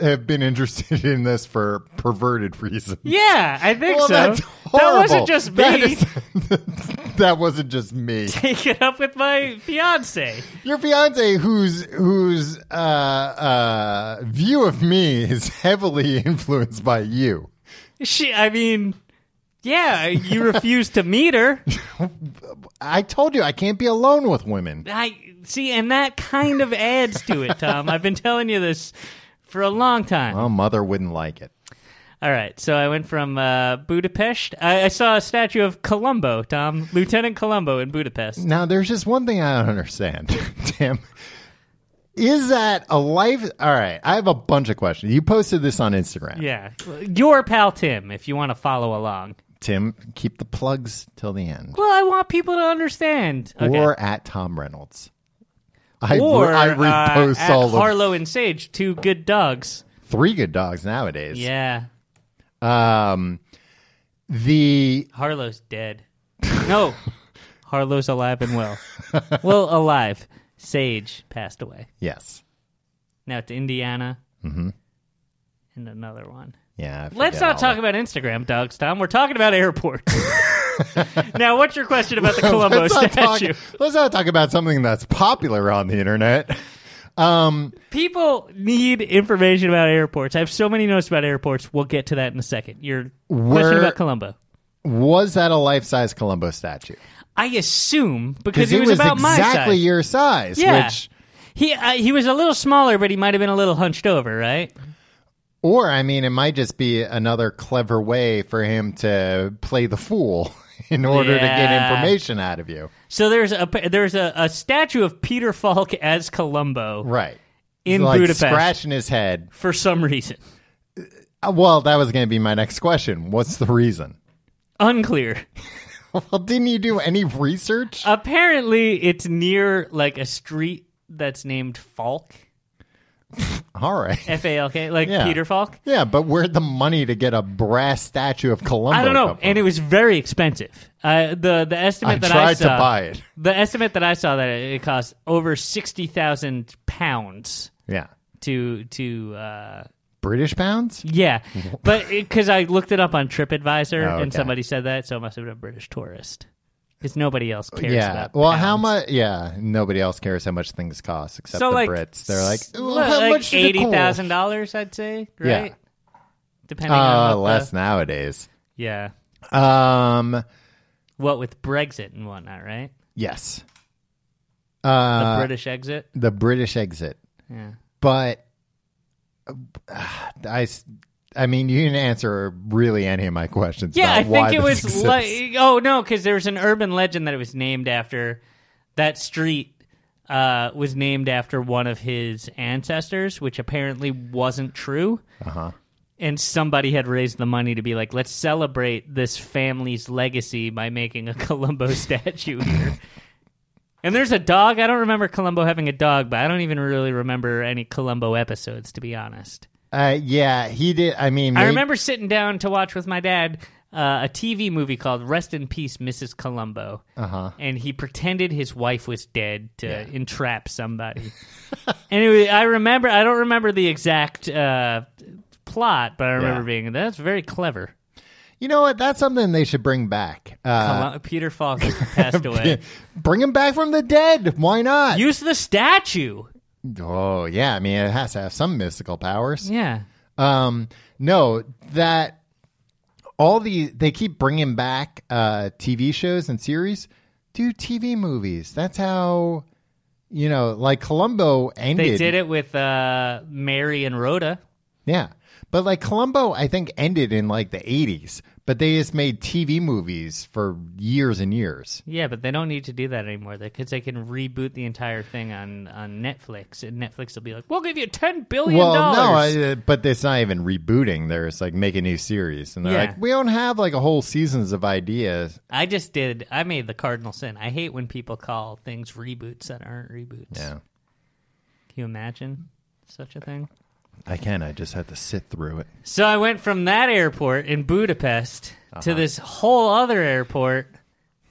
[SPEAKER 2] have been interested in this for perverted reasons.
[SPEAKER 3] Yeah, I think
[SPEAKER 2] Well,
[SPEAKER 3] so.
[SPEAKER 2] that's
[SPEAKER 3] that
[SPEAKER 2] horrible.
[SPEAKER 3] wasn't just me
[SPEAKER 2] That is- that wasn't just me.
[SPEAKER 3] taking up with my fiance.
[SPEAKER 2] Your fiance, whose whose uh, uh, view of me is heavily influenced by you.
[SPEAKER 3] She, I mean, yeah, you refused to meet her.
[SPEAKER 2] I told you I can't be alone with women.
[SPEAKER 3] I see, and that kind of adds to it, Tom. I've been telling you this for a long time.
[SPEAKER 2] My mother wouldn't like it.
[SPEAKER 3] All right, so I went from uh, Budapest. I, I saw a statue of Columbo, Tom, Lieutenant Columbo in Budapest.
[SPEAKER 2] Now, there's just one thing I don't understand, Tim. Is that a life? All right, I have a bunch of questions. You posted this on Instagram,
[SPEAKER 3] Yeah, your pal Tim, if you want to follow along.
[SPEAKER 2] Tim. Keep the plugs till the end,
[SPEAKER 3] Well, I want people to understand. Okay.
[SPEAKER 2] or at Tom Reynolds. I,
[SPEAKER 3] Or,
[SPEAKER 2] I
[SPEAKER 3] uh,
[SPEAKER 2] repost
[SPEAKER 3] at
[SPEAKER 2] all of
[SPEAKER 3] Harlow and Sage, two good dogs.
[SPEAKER 2] three good dogs nowadays.
[SPEAKER 3] Yeah,
[SPEAKER 2] Um, the
[SPEAKER 3] Harlow's dead. No, Harlow's alive and well. Well, alive. Sage passed away.
[SPEAKER 2] yes,
[SPEAKER 3] Now it's Indiana. Mm-hmm. And another one.
[SPEAKER 2] yeah. I
[SPEAKER 3] Let's
[SPEAKER 2] forget
[SPEAKER 3] not
[SPEAKER 2] all
[SPEAKER 3] talk
[SPEAKER 2] that.
[SPEAKER 3] about Instagram dogs, Tom. We're talking about airports. now, what's your question about the Colombo
[SPEAKER 2] Let's not
[SPEAKER 3] statue?
[SPEAKER 2] Talk, let's not talk about something that's popular on the internet. Um,
[SPEAKER 3] People need information about airports. I have so many notes about airports. We'll get to that in a second. Your
[SPEAKER 2] Where-
[SPEAKER 3] question about Colombo.
[SPEAKER 2] was that a life size Columbo statue?
[SPEAKER 3] I assume because
[SPEAKER 2] Because
[SPEAKER 3] he
[SPEAKER 2] it
[SPEAKER 3] was,
[SPEAKER 2] was
[SPEAKER 3] about my size.
[SPEAKER 2] exactly your size.
[SPEAKER 3] yeah.
[SPEAKER 2] Which,
[SPEAKER 3] He uh, he was a little smaller, but he might have been a little hunched over, right?
[SPEAKER 2] or I mean, it might just be another clever way for him to play the fool in order to get
[SPEAKER 3] Yeah.
[SPEAKER 2] information out of you.
[SPEAKER 3] So there's a there's a, a statue of Peter Falk as Columbo
[SPEAKER 2] Right.
[SPEAKER 3] in
[SPEAKER 2] like
[SPEAKER 3] Budapest
[SPEAKER 2] scratching his head.
[SPEAKER 3] for some reason.
[SPEAKER 2] Uh, Well, that was going to be my next question. What's the reason?
[SPEAKER 3] Unclear.
[SPEAKER 2] Well, didn't you do any
[SPEAKER 3] Uh,
[SPEAKER 2] research?
[SPEAKER 3] Apparently, it's near like a street that's named Falk,
[SPEAKER 2] All right.
[SPEAKER 3] F A L K, like
[SPEAKER 2] Yeah.
[SPEAKER 3] Peter Falk.
[SPEAKER 2] Yeah, but where'd the money to get a brass statue of Columbo?
[SPEAKER 3] I don't know,
[SPEAKER 2] come from?
[SPEAKER 3] and it was very expensive. Uh, the the estimate
[SPEAKER 2] I
[SPEAKER 3] that I
[SPEAKER 2] tried to
[SPEAKER 3] saw,
[SPEAKER 2] buy it.
[SPEAKER 3] the estimate that I saw that it, it cost over sixty thousand pounds
[SPEAKER 2] Yeah,
[SPEAKER 3] to to uh,
[SPEAKER 2] British pounds.
[SPEAKER 3] yeah, but because I looked it up on TripAdvisor
[SPEAKER 2] Oh, okay.
[SPEAKER 3] and somebody said that, so it must have been a British tourist because nobody else cares.
[SPEAKER 2] Yeah.
[SPEAKER 3] about
[SPEAKER 2] Well, how
[SPEAKER 3] pounds.
[SPEAKER 2] much? Yeah, nobody else cares how much things cost except
[SPEAKER 3] So
[SPEAKER 2] the
[SPEAKER 3] like
[SPEAKER 2] Brits. They're like,
[SPEAKER 3] s-
[SPEAKER 2] "Well,
[SPEAKER 3] like
[SPEAKER 2] how much did it
[SPEAKER 3] eighty
[SPEAKER 2] cost?"
[SPEAKER 3] thousand dollars, I'd say,
[SPEAKER 2] Yeah.
[SPEAKER 3] right? Depending on
[SPEAKER 2] Uh,
[SPEAKER 3] what the-
[SPEAKER 2] less nowadays.
[SPEAKER 3] yeah,
[SPEAKER 2] Um.
[SPEAKER 3] what with Brexit and whatnot, right?
[SPEAKER 2] Yes.
[SPEAKER 3] The
[SPEAKER 2] Uh,
[SPEAKER 3] British exit.
[SPEAKER 2] the British exit,
[SPEAKER 3] Yeah.
[SPEAKER 2] but uh, I. s- I mean, you didn't answer really any of my questions. about
[SPEAKER 3] Yeah, I
[SPEAKER 2] why
[SPEAKER 3] think it
[SPEAKER 2] this
[SPEAKER 3] was
[SPEAKER 2] exists.
[SPEAKER 3] like oh no, because there was an urban legend that it was named after. That street uh, was named after one of his ancestors, which apparently wasn't true. Uh
[SPEAKER 2] Uh-huh.
[SPEAKER 3] huh. And somebody had raised the money to be like, let's celebrate this family's legacy by making a Columbo statue here. And there's a dog. I don't remember Columbo having a dog, but I don't even really remember any Columbo episodes, to be honest.
[SPEAKER 2] Uh, yeah, he did. I mean,
[SPEAKER 3] I
[SPEAKER 2] may-
[SPEAKER 3] remember sitting down to watch with my dad uh, a TV movie called Rest in Peace, Mrs. Columbo. Uh-huh. And he pretended his wife was dead to entrap somebody. anyway, I remember, I don't remember the exact uh, plot, but I remember
[SPEAKER 2] Yeah.
[SPEAKER 3] being, that's very clever.
[SPEAKER 2] You know what? That's something they should bring back. Uh,
[SPEAKER 3] Colum- Peter Falk passed away.
[SPEAKER 2] bring him back from the dead. Why not?
[SPEAKER 3] Use the statue.
[SPEAKER 2] oh, yeah. I mean, it has to have some mystical powers.
[SPEAKER 3] Yeah.
[SPEAKER 2] Um, no, that all the they keep bringing back uh, TV shows and series. Do TV movies. That's how you know, like Columbo ended.
[SPEAKER 3] They did it with uh, Mary and Rhoda.
[SPEAKER 2] Yeah. But like Columbo, I think ended in like the 80s, but they just made TV movies for years and years.
[SPEAKER 3] Yeah, but they don't need to do that anymore because they can reboot the entire thing on, on Netflix, and Netflix will be like, "We'll give you ten billion
[SPEAKER 2] Well, no,
[SPEAKER 3] dollars."
[SPEAKER 2] I, uh, but it's not even rebooting. They're just like make a new series, and they're
[SPEAKER 3] Yeah.
[SPEAKER 2] like, we don't have like a whole seasons of ideas.
[SPEAKER 3] I, just did. I made the cardinal sin. I hate when people call things reboots that aren't reboots.
[SPEAKER 2] Yeah,
[SPEAKER 3] Can you imagine such a thing?
[SPEAKER 2] I can. I just had to sit through it.
[SPEAKER 3] So I went from that airport in Budapest to this whole other airport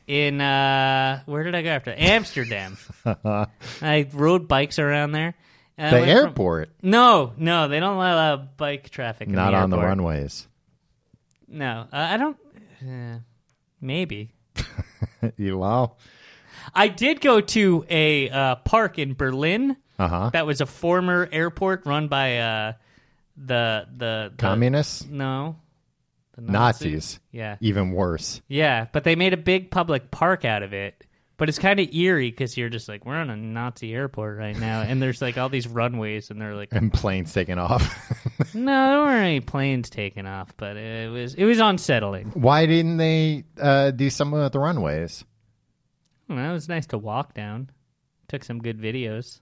[SPEAKER 3] in uh, where did I go after Amsterdam? I rode bikes around there. and I
[SPEAKER 2] The
[SPEAKER 3] went from-
[SPEAKER 2] airport,
[SPEAKER 3] no, no, they don't allow bike traffic. In
[SPEAKER 2] not
[SPEAKER 3] the
[SPEAKER 2] on the
[SPEAKER 3] airport.
[SPEAKER 2] runways.
[SPEAKER 3] No, uh, I don't. Uh, maybe
[SPEAKER 2] you wow.
[SPEAKER 3] I did go to a uh, park in Berlin
[SPEAKER 2] Uh huh.
[SPEAKER 3] that was a former airport run by uh, the, the the
[SPEAKER 2] Communists,
[SPEAKER 3] No, the
[SPEAKER 2] Nazis,
[SPEAKER 3] Yeah,
[SPEAKER 2] even worse.
[SPEAKER 3] yeah, but they made a big public park out of it. But it's kind of eerie because you're just like we're on a Nazi airport right now, and there's like all these runways, and they're like,
[SPEAKER 2] And planes taking off.
[SPEAKER 3] no, there weren't any planes taking off, but it was it was unsettling.
[SPEAKER 2] Why didn't they uh, do something with the runways?
[SPEAKER 3] Well, that was nice to walk down. Took some good videos.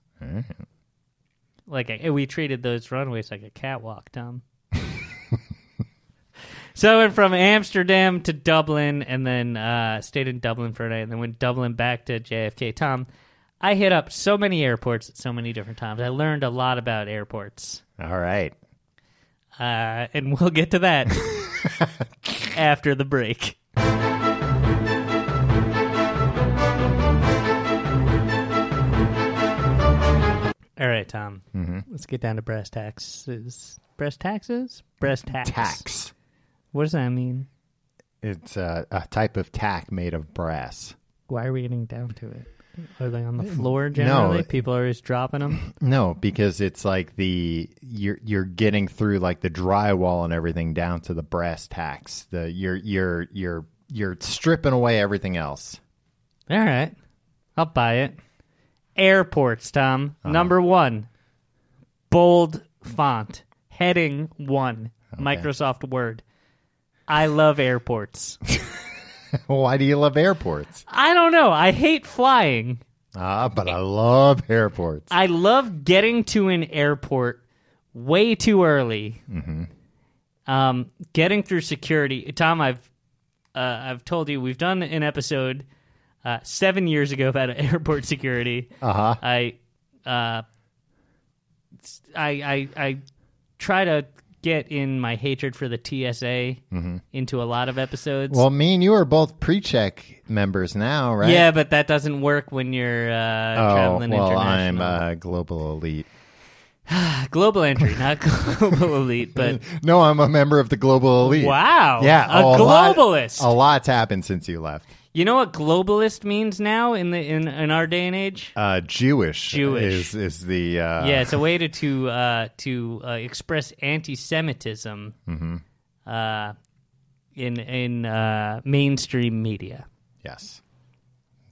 [SPEAKER 3] Like I, we treated those runways like a catwalk, Tom. so I went from Amsterdam to Dublin, and then uh, stayed in Dublin for a night, and then went Dublin back to JFK. Tom, I hit up so many airports at so many different times. I learned a lot about airports,
[SPEAKER 2] All right.
[SPEAKER 3] uh, and we'll get to that after the break. All right, Tom.
[SPEAKER 2] Mm-hmm.
[SPEAKER 3] Let's get down to brass taxes. Brass taxes? Brass tax.
[SPEAKER 2] Tax.
[SPEAKER 3] What does that mean?
[SPEAKER 2] It's uh, a type of tack made of brass.
[SPEAKER 3] Why are we getting down to it? Are they on the floor generally?
[SPEAKER 2] Mm. No.
[SPEAKER 3] People are just dropping them.
[SPEAKER 2] No, because it's like the you're you're getting through like the drywall and everything down to the brass tacks. The you're you're you're you're stripping away everything else.
[SPEAKER 3] All right, I'll buy it. Airports, Tom. Number one, bold font, heading one, Microsoft Word. I love airports.
[SPEAKER 2] Why do you love airports?
[SPEAKER 3] I don't know. I hate flying.
[SPEAKER 2] Ah, but I love airports.
[SPEAKER 3] I love getting to an airport way too early. Um, getting through security, Tom. I've uh, I've told you we've done an episode uh, seven years ago about airport security.
[SPEAKER 2] Uh-huh.
[SPEAKER 3] I, uh, s- I, I, I try to get in my hatred for the TSA into a lot of episodes.
[SPEAKER 2] Mm-hmm. Well, me and you are both pre-check members now, right?
[SPEAKER 3] Yeah, but that doesn't work when you're uh,
[SPEAKER 2] Oh,
[SPEAKER 3] traveling
[SPEAKER 2] well, I'm
[SPEAKER 3] international.
[SPEAKER 2] a global elite.
[SPEAKER 3] global entry, not global elite, but
[SPEAKER 2] No, I'm a member of the global elite.
[SPEAKER 3] wow,
[SPEAKER 2] Yeah,
[SPEAKER 3] a,
[SPEAKER 2] lot-
[SPEAKER 3] globalist.
[SPEAKER 2] a lot's happened since you left.
[SPEAKER 3] you know what globalist means now in the in, in our day and age?
[SPEAKER 2] Uh, Jewish,
[SPEAKER 3] Jewish.
[SPEAKER 2] is is the uh,
[SPEAKER 3] yeah, it's a way to to uh, to uh, express anti-Semitism uh, in in uh, mainstream media.
[SPEAKER 2] Yes.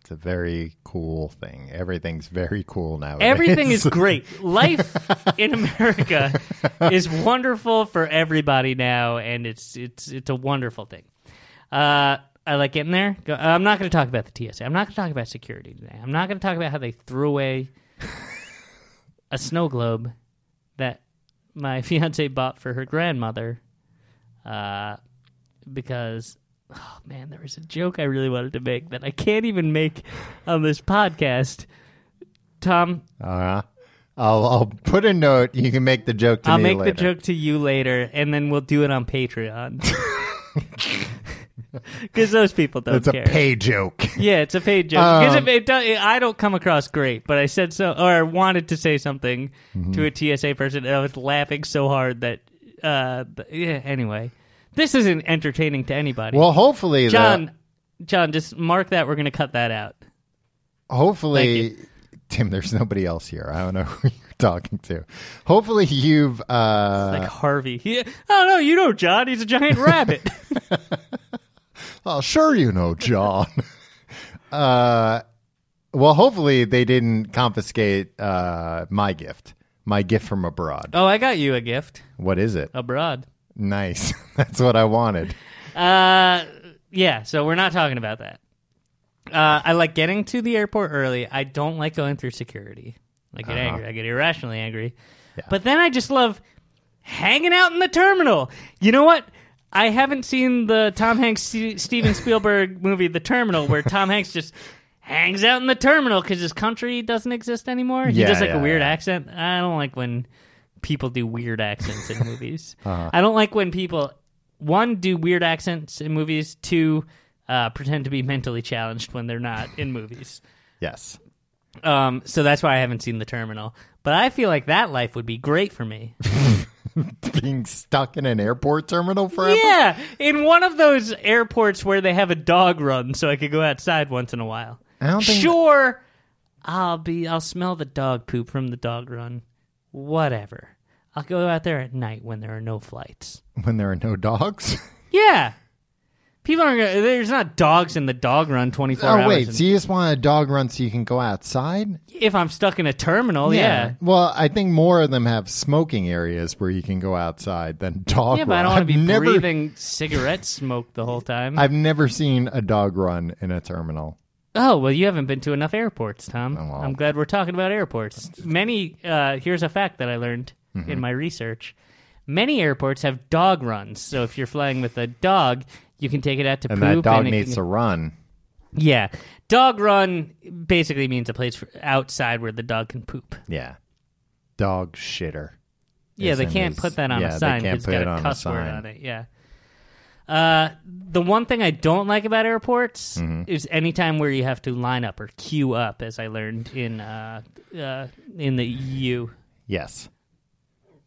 [SPEAKER 2] It's a very cool thing. Everything's very cool now.
[SPEAKER 3] Everything is great. Life in America is wonderful for everybody now, and it's it's it's a wonderful thing. Uh, I like getting there. Go, I'm not going to talk about the TSA. I'm not going to talk about security today. I'm not going to talk about how they threw away a snow globe that my fiance bought for her grandmother, uh, because. Oh man, there was a joke I really wanted to make that I can't even make on this podcast. Tom,
[SPEAKER 2] Uh, I'll, I'll put a note. You can make the joke to
[SPEAKER 3] I'll
[SPEAKER 2] me
[SPEAKER 3] make
[SPEAKER 2] later.
[SPEAKER 3] the joke to you later, and then we'll do it on Patreon. Because those people don't
[SPEAKER 2] It's a
[SPEAKER 3] care.
[SPEAKER 2] pay joke.
[SPEAKER 3] yeah, it's a paid joke. Because
[SPEAKER 2] Um,
[SPEAKER 3] it, it, do- it, I don't come across great, but I said so, or I wanted to say something
[SPEAKER 2] Mm-hmm.
[SPEAKER 3] to a TSA person, and I was laughing so hard that, uh, th- yeah. Anyway, this isn't entertaining to anybody.
[SPEAKER 2] Well, hopefully,
[SPEAKER 3] John, John, just mark that. We're going to cut that out.
[SPEAKER 2] though, hopefully, Tim, there's nobody else here. I don't know who you're talking to. Hopefully, you've. Uh,
[SPEAKER 3] Like Harvey. He, oh no, you know John. He's a giant rabbit.
[SPEAKER 2] oh, sure, you know, John. uh, well, hopefully, they didn't confiscate uh, my gift, my gift from abroad.
[SPEAKER 3] Oh, I got you a gift
[SPEAKER 2] What is it?
[SPEAKER 3] abroad.
[SPEAKER 2] Nice. That's what I wanted.
[SPEAKER 3] Uh, yeah. So we're not talking about that. Uh, I like getting to the airport early. I don't like going through security. I get angry. I get irrationally angry. But then I just love hanging out in the terminal. You know what? I haven't seen the Tom Hanks Ste- Steven Spielberg movie The Terminal where Tom Hanks just hangs out in the terminal because his country doesn't exist anymore. He
[SPEAKER 2] Yeah,
[SPEAKER 3] does like
[SPEAKER 2] yeah,
[SPEAKER 3] a weird
[SPEAKER 2] yeah.
[SPEAKER 3] accent. I don't like when people do weird accents in movies. I don't like when people one do weird accents in movies. Two. Uh, pretend to be mentally challenged when they're not in movies.
[SPEAKER 2] Yes.
[SPEAKER 3] Um, so that's why I haven't seen the terminal. But I feel like that life would be great for me.
[SPEAKER 2] being stuck in an airport terminal forever?
[SPEAKER 3] yeah, in one of those airports where they have a dog run, so I could go outside once in a while.
[SPEAKER 2] I don't think-
[SPEAKER 3] sure, I'll be. I'll smell the dog poop from the dog run. Whatever. I'll go out there at night when there are no flights.
[SPEAKER 2] When there are no dogs?
[SPEAKER 3] Yeah, people aren't. Gonna, there's not dogs in the dog run twenty four
[SPEAKER 2] Oh,
[SPEAKER 3] hours.
[SPEAKER 2] wait.
[SPEAKER 3] in-
[SPEAKER 2] So you just want a dog run so you can go outside?
[SPEAKER 3] if I'm stuck in a terminal, Oh, yeah.
[SPEAKER 2] Well, I think more of them have smoking areas where you can go outside than dog
[SPEAKER 3] Yeah, but I don't want to
[SPEAKER 2] run.
[SPEAKER 3] be
[SPEAKER 2] I've never,
[SPEAKER 3] breathing cigarette smoke the whole time.
[SPEAKER 2] I've never seen a dog run in a terminal.
[SPEAKER 3] Oh, well, you haven't been to enough airports, Tom.
[SPEAKER 2] Oh, well.
[SPEAKER 3] I'm glad we're talking about airports. Many, uh, here's a fact that I learned
[SPEAKER 2] Mm-hmm.
[SPEAKER 3] in my research many airports have dog runs. So if you're flying with a dog, you can take it out to
[SPEAKER 2] And
[SPEAKER 3] poop.
[SPEAKER 2] that dog
[SPEAKER 3] it
[SPEAKER 2] needs
[SPEAKER 3] can-
[SPEAKER 2] to run.
[SPEAKER 3] Yeah. Dog run basically means a place for outside where the dog can poop.
[SPEAKER 2] Yeah. Dog shitter.
[SPEAKER 3] Yeah,
[SPEAKER 2] is
[SPEAKER 3] they
[SPEAKER 2] in
[SPEAKER 3] can't
[SPEAKER 2] his-
[SPEAKER 3] put that on
[SPEAKER 2] yeah,
[SPEAKER 3] a
[SPEAKER 2] they
[SPEAKER 3] sign.
[SPEAKER 2] can't
[SPEAKER 3] it's
[SPEAKER 2] put
[SPEAKER 3] got
[SPEAKER 2] it on
[SPEAKER 3] a
[SPEAKER 2] a
[SPEAKER 3] cuss word
[SPEAKER 2] sign.
[SPEAKER 3] on it. Yeah. Uh, the one thing I don't like about airports
[SPEAKER 2] Mm-hmm.
[SPEAKER 3] is anytime where you have to line up or queue up, as I learned in uh, uh, in the EU.
[SPEAKER 2] Yes.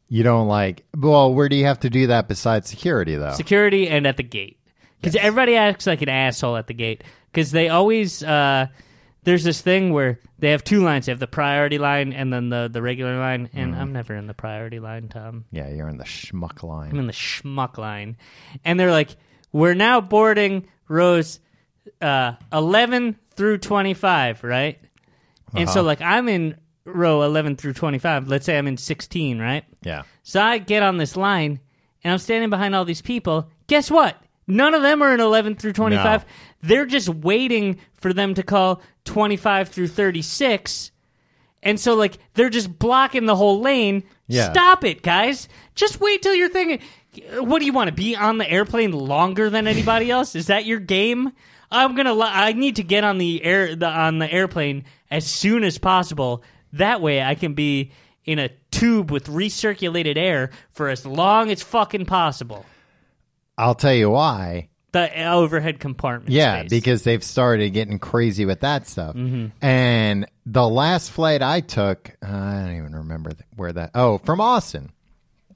[SPEAKER 2] You don't like. Well, where do you have to do that besides security, though?
[SPEAKER 3] security and at the gate because everybody acts like an asshole at the gate because they always uh, there's this thing where they have two lines. They have the priority line and then the the regular line. And
[SPEAKER 2] Mm-hmm.
[SPEAKER 3] I'm never in the priority line, Tom.
[SPEAKER 2] Yeah, you're in the schmuck line.
[SPEAKER 3] I'm in the schmuck line. And they're like, we're now boarding rows uh, 11 through 25, right? And so, like, I'm in row 11 through 25. Let's say I'm in 16, right?
[SPEAKER 2] yeah.
[SPEAKER 3] So I get on this line and I'm standing behind all these people. Guess what? None of them are in 11 through 25.
[SPEAKER 2] No.
[SPEAKER 3] They're just waiting for them to call 25 through 36. And so, like, they're just blocking the whole lane.
[SPEAKER 2] Yeah.
[SPEAKER 3] Stop it, guys. Just wait till you're thinking. What do you want to be on the airplane longer than anybody else? Is that your game? I'm gonna. Li- I need to get on the air the, on the airplane as soon as possible. That way, I can be in a tube with recirculated air for as long as fucking possible.
[SPEAKER 2] I'll tell you why.
[SPEAKER 3] The overhead compartment.
[SPEAKER 2] Yeah,
[SPEAKER 3] space. Mm-hmm.
[SPEAKER 2] because they've started getting crazy with that stuff. And the last flight I took, uh, I don't even remember th- where that. Oh, from Austin,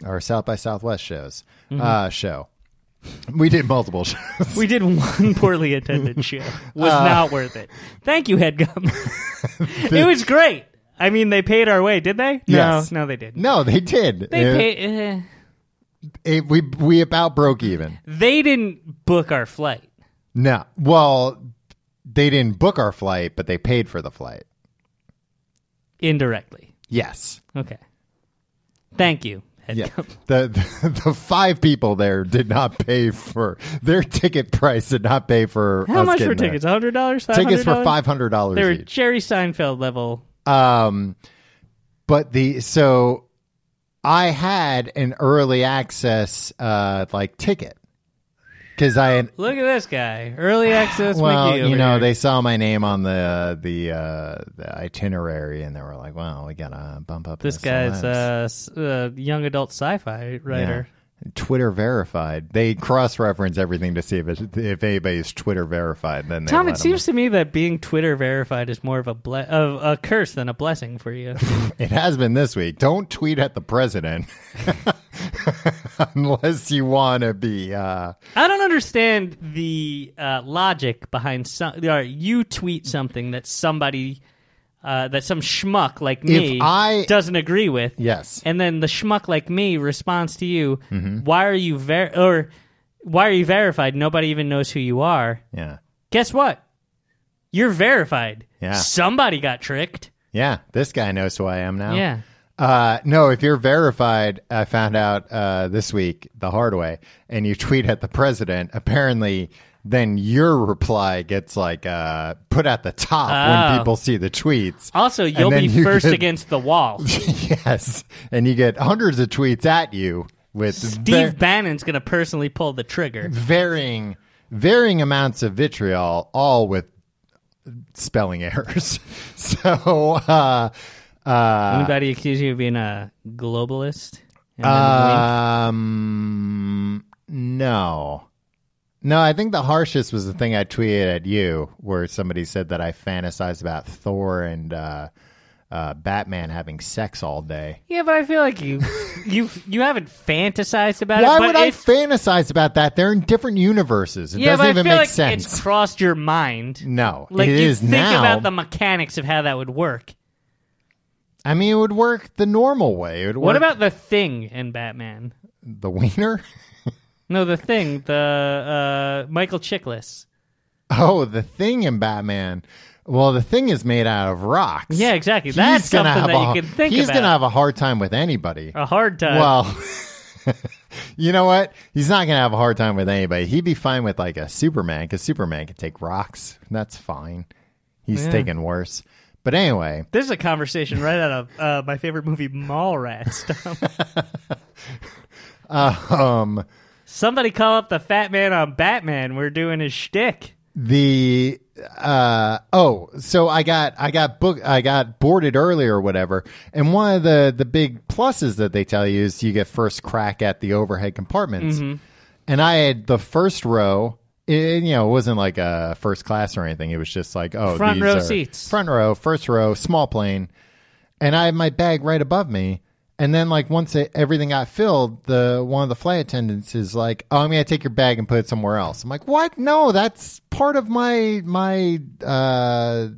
[SPEAKER 2] our South by Southwest shows
[SPEAKER 3] Mm-hmm.
[SPEAKER 2] uh, show. We did multiple shows.
[SPEAKER 3] We did one poorly attended show. Was
[SPEAKER 2] Ah.
[SPEAKER 3] not worth it. Thank you, Headgum. it was great. I mean, they paid our way, did they?
[SPEAKER 2] Yes.
[SPEAKER 3] No, no, they didn't.
[SPEAKER 2] no, they did.
[SPEAKER 3] They
[SPEAKER 2] It-
[SPEAKER 3] paid. eh,
[SPEAKER 2] it- we we about broke even.
[SPEAKER 3] they didn't book our flight.
[SPEAKER 2] No, well, they didn't book our flight, but they paid for the flight.
[SPEAKER 3] Indirectly.
[SPEAKER 2] Yes.
[SPEAKER 3] Okay. Thank you,
[SPEAKER 2] Yeah.
[SPEAKER 3] Headgum.
[SPEAKER 2] the, the the five people there did not pay for their ticket price. Did not pay for
[SPEAKER 3] How
[SPEAKER 2] us
[SPEAKER 3] much were
[SPEAKER 2] getting there.
[SPEAKER 3] tickets? $100? $500?
[SPEAKER 2] tickets were five hundred dollars
[SPEAKER 3] They were
[SPEAKER 2] each.
[SPEAKER 3] Jerry Seinfeld level.
[SPEAKER 2] Um, but the so I had an early access uh like ticket because I had
[SPEAKER 3] Look at this guy. Early access
[SPEAKER 2] well
[SPEAKER 3] McGee over
[SPEAKER 2] you know
[SPEAKER 3] here.
[SPEAKER 2] they saw my name on the the uh, the itinerary and they were like wow we gotta bump up
[SPEAKER 3] This
[SPEAKER 2] the celebs."
[SPEAKER 3] guy's uh, s- uh, young adult sci-fi
[SPEAKER 2] Yeah.
[SPEAKER 3] writer.
[SPEAKER 2] Twitter verified. They cross reference everything to see if it, if anybody's Twitter verified. Then they
[SPEAKER 3] Tom,
[SPEAKER 2] let
[SPEAKER 3] it
[SPEAKER 2] 'em-
[SPEAKER 3] seems to me that being Twitter verified is more of a ble- of a curse than a blessing for you.
[SPEAKER 2] It has been this week. Don't tweet at the president unless you want to be. Uh,
[SPEAKER 3] I don't understand the uh, logic behind some. all right, you tweet something that somebody, uh, that some schmuck like me
[SPEAKER 2] I-
[SPEAKER 3] doesn't agree with.
[SPEAKER 2] yes. Mm-hmm.
[SPEAKER 3] and then the schmuck like me responds to you, "Why are you ver or why are you verified? Nobody even knows who you are."
[SPEAKER 2] Yeah.
[SPEAKER 3] Guess what? You're verified.
[SPEAKER 2] Yeah.
[SPEAKER 3] Somebody got tricked.
[SPEAKER 2] Yeah. This guy knows who I am now.
[SPEAKER 3] Yeah.
[SPEAKER 2] Uh, no, if you're verified, I found out uh, this week the hard way, and you tweet at the president, apparently, then your reply gets like uh, put at the top
[SPEAKER 3] Oh.
[SPEAKER 2] when people see the tweets.
[SPEAKER 3] Also,
[SPEAKER 2] And
[SPEAKER 3] you'll
[SPEAKER 2] then
[SPEAKER 3] be
[SPEAKER 2] you
[SPEAKER 3] first
[SPEAKER 2] get-
[SPEAKER 3] against the wall.
[SPEAKER 2] yes. And you get hundreds of tweets at you with
[SPEAKER 3] Steve
[SPEAKER 2] va-
[SPEAKER 3] Bannon's going to personally pull the trigger.
[SPEAKER 2] varying varying amounts of vitriol, all with spelling errors. so uh
[SPEAKER 3] Anybody accuse you of being a globalist? And then
[SPEAKER 2] Uh,
[SPEAKER 3] wink?
[SPEAKER 2] um no. No, I think the harshest was the thing I tweeted at you where somebody said that I fantasize about Thor and uh uh, Batman having sex all day.
[SPEAKER 3] yeah, but I feel like you you you haven't fantasized about it.
[SPEAKER 2] Why
[SPEAKER 3] but
[SPEAKER 2] would I
[SPEAKER 3] it's-
[SPEAKER 2] fantasize about that? They're in different universes. It
[SPEAKER 3] yeah,
[SPEAKER 2] doesn't
[SPEAKER 3] but
[SPEAKER 2] even
[SPEAKER 3] I feel
[SPEAKER 2] make
[SPEAKER 3] like
[SPEAKER 2] sense.
[SPEAKER 3] it's crossed your mind.
[SPEAKER 2] no,
[SPEAKER 3] Like
[SPEAKER 2] it
[SPEAKER 3] you
[SPEAKER 2] is
[SPEAKER 3] think
[SPEAKER 2] now.
[SPEAKER 3] about the mechanics of how that would work.
[SPEAKER 2] I mean, it would work the normal way. It would
[SPEAKER 3] What
[SPEAKER 2] work
[SPEAKER 3] about the thing in Batman?
[SPEAKER 2] the wiener?
[SPEAKER 3] No, the thing, the uh, Michael Chiklis.
[SPEAKER 2] Oh, the thing in Batman. Well, the thing is made out of rocks.
[SPEAKER 3] Yeah, exactly. That's
[SPEAKER 2] gonna
[SPEAKER 3] something
[SPEAKER 2] have
[SPEAKER 3] that
[SPEAKER 2] a-
[SPEAKER 3] you can think
[SPEAKER 2] He's
[SPEAKER 3] about. Oh,
[SPEAKER 2] gonna have a hard time with anybody.
[SPEAKER 3] a hard time.
[SPEAKER 2] well, you know what? He's not gonna have a hard time with anybody. He'd be fine with like a Superman because Superman can take rocks. That's fine. He's taken worse. But anyway,
[SPEAKER 3] this is a conversation right out of uh, my favorite movie, Mallrats. Tom.
[SPEAKER 2] um,
[SPEAKER 3] Somebody call up the fat man on Batman. We're doing his shtick.
[SPEAKER 2] the uh oh so i got i got book i got boarded earlier or whatever and one of the the big pluses that they tell you is you get first crack at the overhead compartments
[SPEAKER 3] Mm-hmm.
[SPEAKER 2] and i had the first row it, you know it wasn't like a first class or anything it was just like oh
[SPEAKER 3] Front
[SPEAKER 2] these
[SPEAKER 3] row
[SPEAKER 2] are-
[SPEAKER 3] seats.
[SPEAKER 2] front row first row small plane and i had my bag right above me and then like once it, everything got filled the one of the flight attendants is like oh i'm gonna take your bag and put it somewhere else i'm like what no that's part of my my uh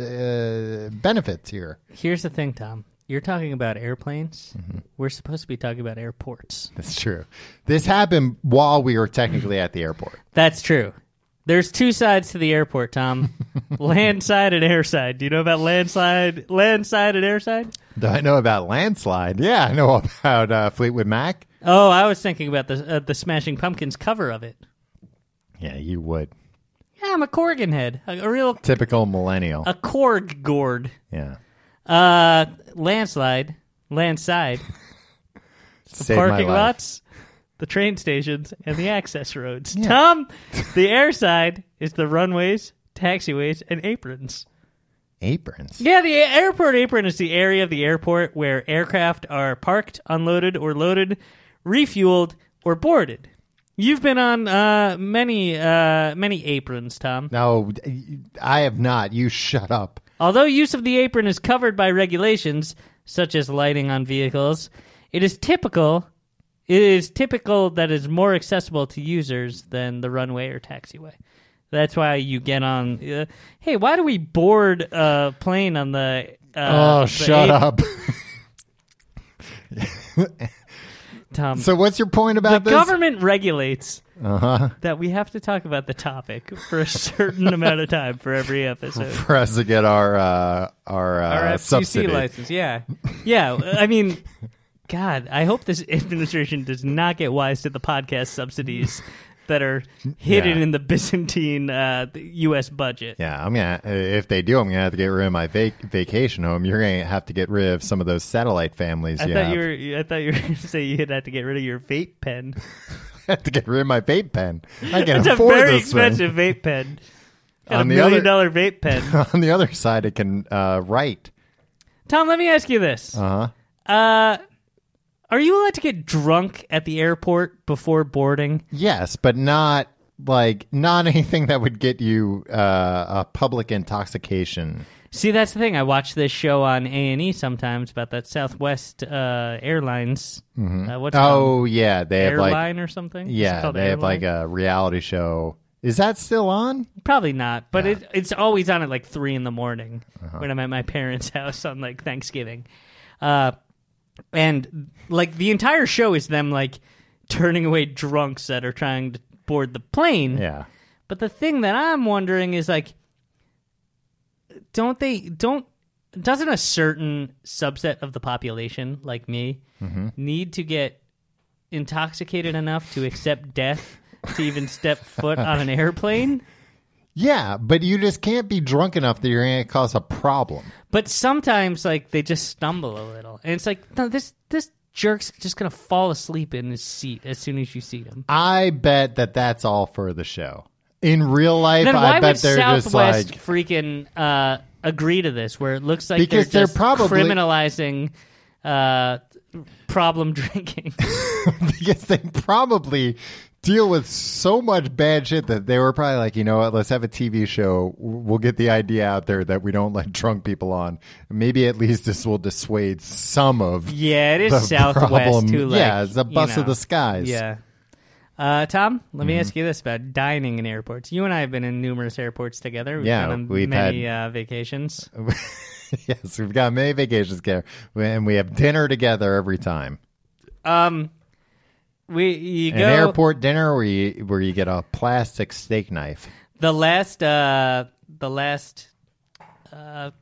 [SPEAKER 2] uh, benefits here.
[SPEAKER 3] Here's the thing, Tom. You're talking about airplanes. We're supposed to be talking about airports.
[SPEAKER 2] That's true. This happened while we were technically at the airport.
[SPEAKER 3] That's true. There's two sides to the airport, Tom. landside and airside. Do you know about landside, landside and airside?
[SPEAKER 2] Do I know about landslide? Yeah, I know about uh, Fleetwood Mac.
[SPEAKER 3] Oh, I was thinking about the uh, the Smashing Pumpkins cover of it.
[SPEAKER 2] Yeah, you would.
[SPEAKER 3] Yeah, I'm a Corgan head, a, a real
[SPEAKER 2] Typical millennial.
[SPEAKER 3] a Korg gourd.
[SPEAKER 2] yeah.
[SPEAKER 3] Uh, landslide, landside,
[SPEAKER 2] Saved my
[SPEAKER 3] parking
[SPEAKER 2] life.
[SPEAKER 3] lots, the train stations, and the access roads. Tom, the airside is the runways, taxiways, and aprons.
[SPEAKER 2] Aprons.
[SPEAKER 3] Yeah, the airport apron is the area of the airport where aircraft are parked, unloaded, or loaded, refueled, or boarded. You've been on uh, many uh, many aprons, Tom.
[SPEAKER 2] No, d- I have not. You shut up.
[SPEAKER 3] Although use of the apron is covered by regulations such as lighting on vehicles, it is typical. It is typical that it's more accessible to users than the runway or taxiway. That's why you get on. Uh, hey, why do we board a plane on the?
[SPEAKER 2] oh,
[SPEAKER 3] Uh, the
[SPEAKER 2] shut
[SPEAKER 3] apron,
[SPEAKER 2] up.
[SPEAKER 3] Tom?
[SPEAKER 2] so, what's your point
[SPEAKER 3] the
[SPEAKER 2] about this? Uh-huh.
[SPEAKER 3] government regulates that we have to talk about the topic for a certain amount of time for every episode.
[SPEAKER 2] For us to get our uh, our, uh,
[SPEAKER 3] Our FCC
[SPEAKER 2] subsidy.
[SPEAKER 3] license, yeah, yeah. I mean, God, I hope this administration does not get wise to the podcast subsidies that are hidden
[SPEAKER 2] Yeah.
[SPEAKER 3] in the Byzantine uh, the U.S. budget.
[SPEAKER 2] Yeah, I'm gonna. If they do, I'm gonna have to get rid of my vac- vacation home. You're gonna have to get rid of some of those satellite families.
[SPEAKER 3] I
[SPEAKER 2] you
[SPEAKER 3] thought
[SPEAKER 2] have.
[SPEAKER 3] you were. I thought you were going to say you'd have to get rid of your vape pen.
[SPEAKER 2] have to get rid of my vape pen. I can
[SPEAKER 3] It's a
[SPEAKER 2] afford
[SPEAKER 3] very
[SPEAKER 2] this thing.
[SPEAKER 3] expensive vape pen. Got a
[SPEAKER 2] On the
[SPEAKER 3] million
[SPEAKER 2] other-
[SPEAKER 3] dollar vape pen.
[SPEAKER 2] On the other side, it can uh, write.
[SPEAKER 3] Tom, let me ask you this.
[SPEAKER 2] Uh huh.
[SPEAKER 3] Uh, are you allowed to get drunk at the airport before boarding?
[SPEAKER 2] Yes, but not like not anything that would get you uh, a public intoxication.
[SPEAKER 3] See, that's the thing. I watch this show on A and E sometimes about that Southwest uh, Airlines. Uh, what's it called?
[SPEAKER 2] Oh yeah, they have like
[SPEAKER 3] airline or something? Is it
[SPEAKER 2] yeah,
[SPEAKER 3] called
[SPEAKER 2] they have like
[SPEAKER 3] Airline? Mm-hmm.
[SPEAKER 2] a reality show. Is that still on?
[SPEAKER 3] probably not, but it, it's always on at like three in the morning
[SPEAKER 2] Uh-huh.
[SPEAKER 3] when I'm at my parents' house on like Thanksgiving, uh, and like the entire show is them like turning away drunks that are trying to board the plane.
[SPEAKER 2] Yeah.
[SPEAKER 3] But the thing that I'm wondering is like, don't they don't doesn't a certain subset of the population like me need to get intoxicated enough to accept death to even step foot on an airplane?
[SPEAKER 2] Yeah, but you just can't be drunk enough that you're going to cause a problem.
[SPEAKER 3] But sometimes like they just stumble a little, and it's like no, this this jerk's just gonna fall asleep in his seat as soon as you see him.
[SPEAKER 2] I bet that that's all for the show. In real life,
[SPEAKER 3] Then why
[SPEAKER 2] I bet
[SPEAKER 3] would
[SPEAKER 2] they're just
[SPEAKER 3] Southwest
[SPEAKER 2] like
[SPEAKER 3] freaking uh, agree to this? Where it looks like
[SPEAKER 2] Because
[SPEAKER 3] they're,
[SPEAKER 2] they're
[SPEAKER 3] just
[SPEAKER 2] probably-
[SPEAKER 3] criminalizing uh, problem drinking.
[SPEAKER 2] because they probably deal with so much bad shit that they were probably like, you know what, let's have a TV show. We'll get the idea out there that we don't let drunk people on. Maybe at least this will dissuade some of
[SPEAKER 3] yeah, it is
[SPEAKER 2] The
[SPEAKER 3] Southwest
[SPEAKER 2] problem-
[SPEAKER 3] too. Like,
[SPEAKER 2] yeah, it's a
[SPEAKER 3] you
[SPEAKER 2] bus of
[SPEAKER 3] know.
[SPEAKER 2] the skies. Mm-hmm.
[SPEAKER 3] Yeah. Uh, Tom, let me ask you this about dining in airports. You and I have been in numerous airports together. We've
[SPEAKER 2] Yeah,
[SPEAKER 3] been on
[SPEAKER 2] we've
[SPEAKER 3] many uh, vacations.
[SPEAKER 2] yes, we've got many vacations there, and we have dinner together every time.
[SPEAKER 3] Um, we you go
[SPEAKER 2] An airport dinner where you where you get a plastic steak knife.
[SPEAKER 3] the last uh the last uh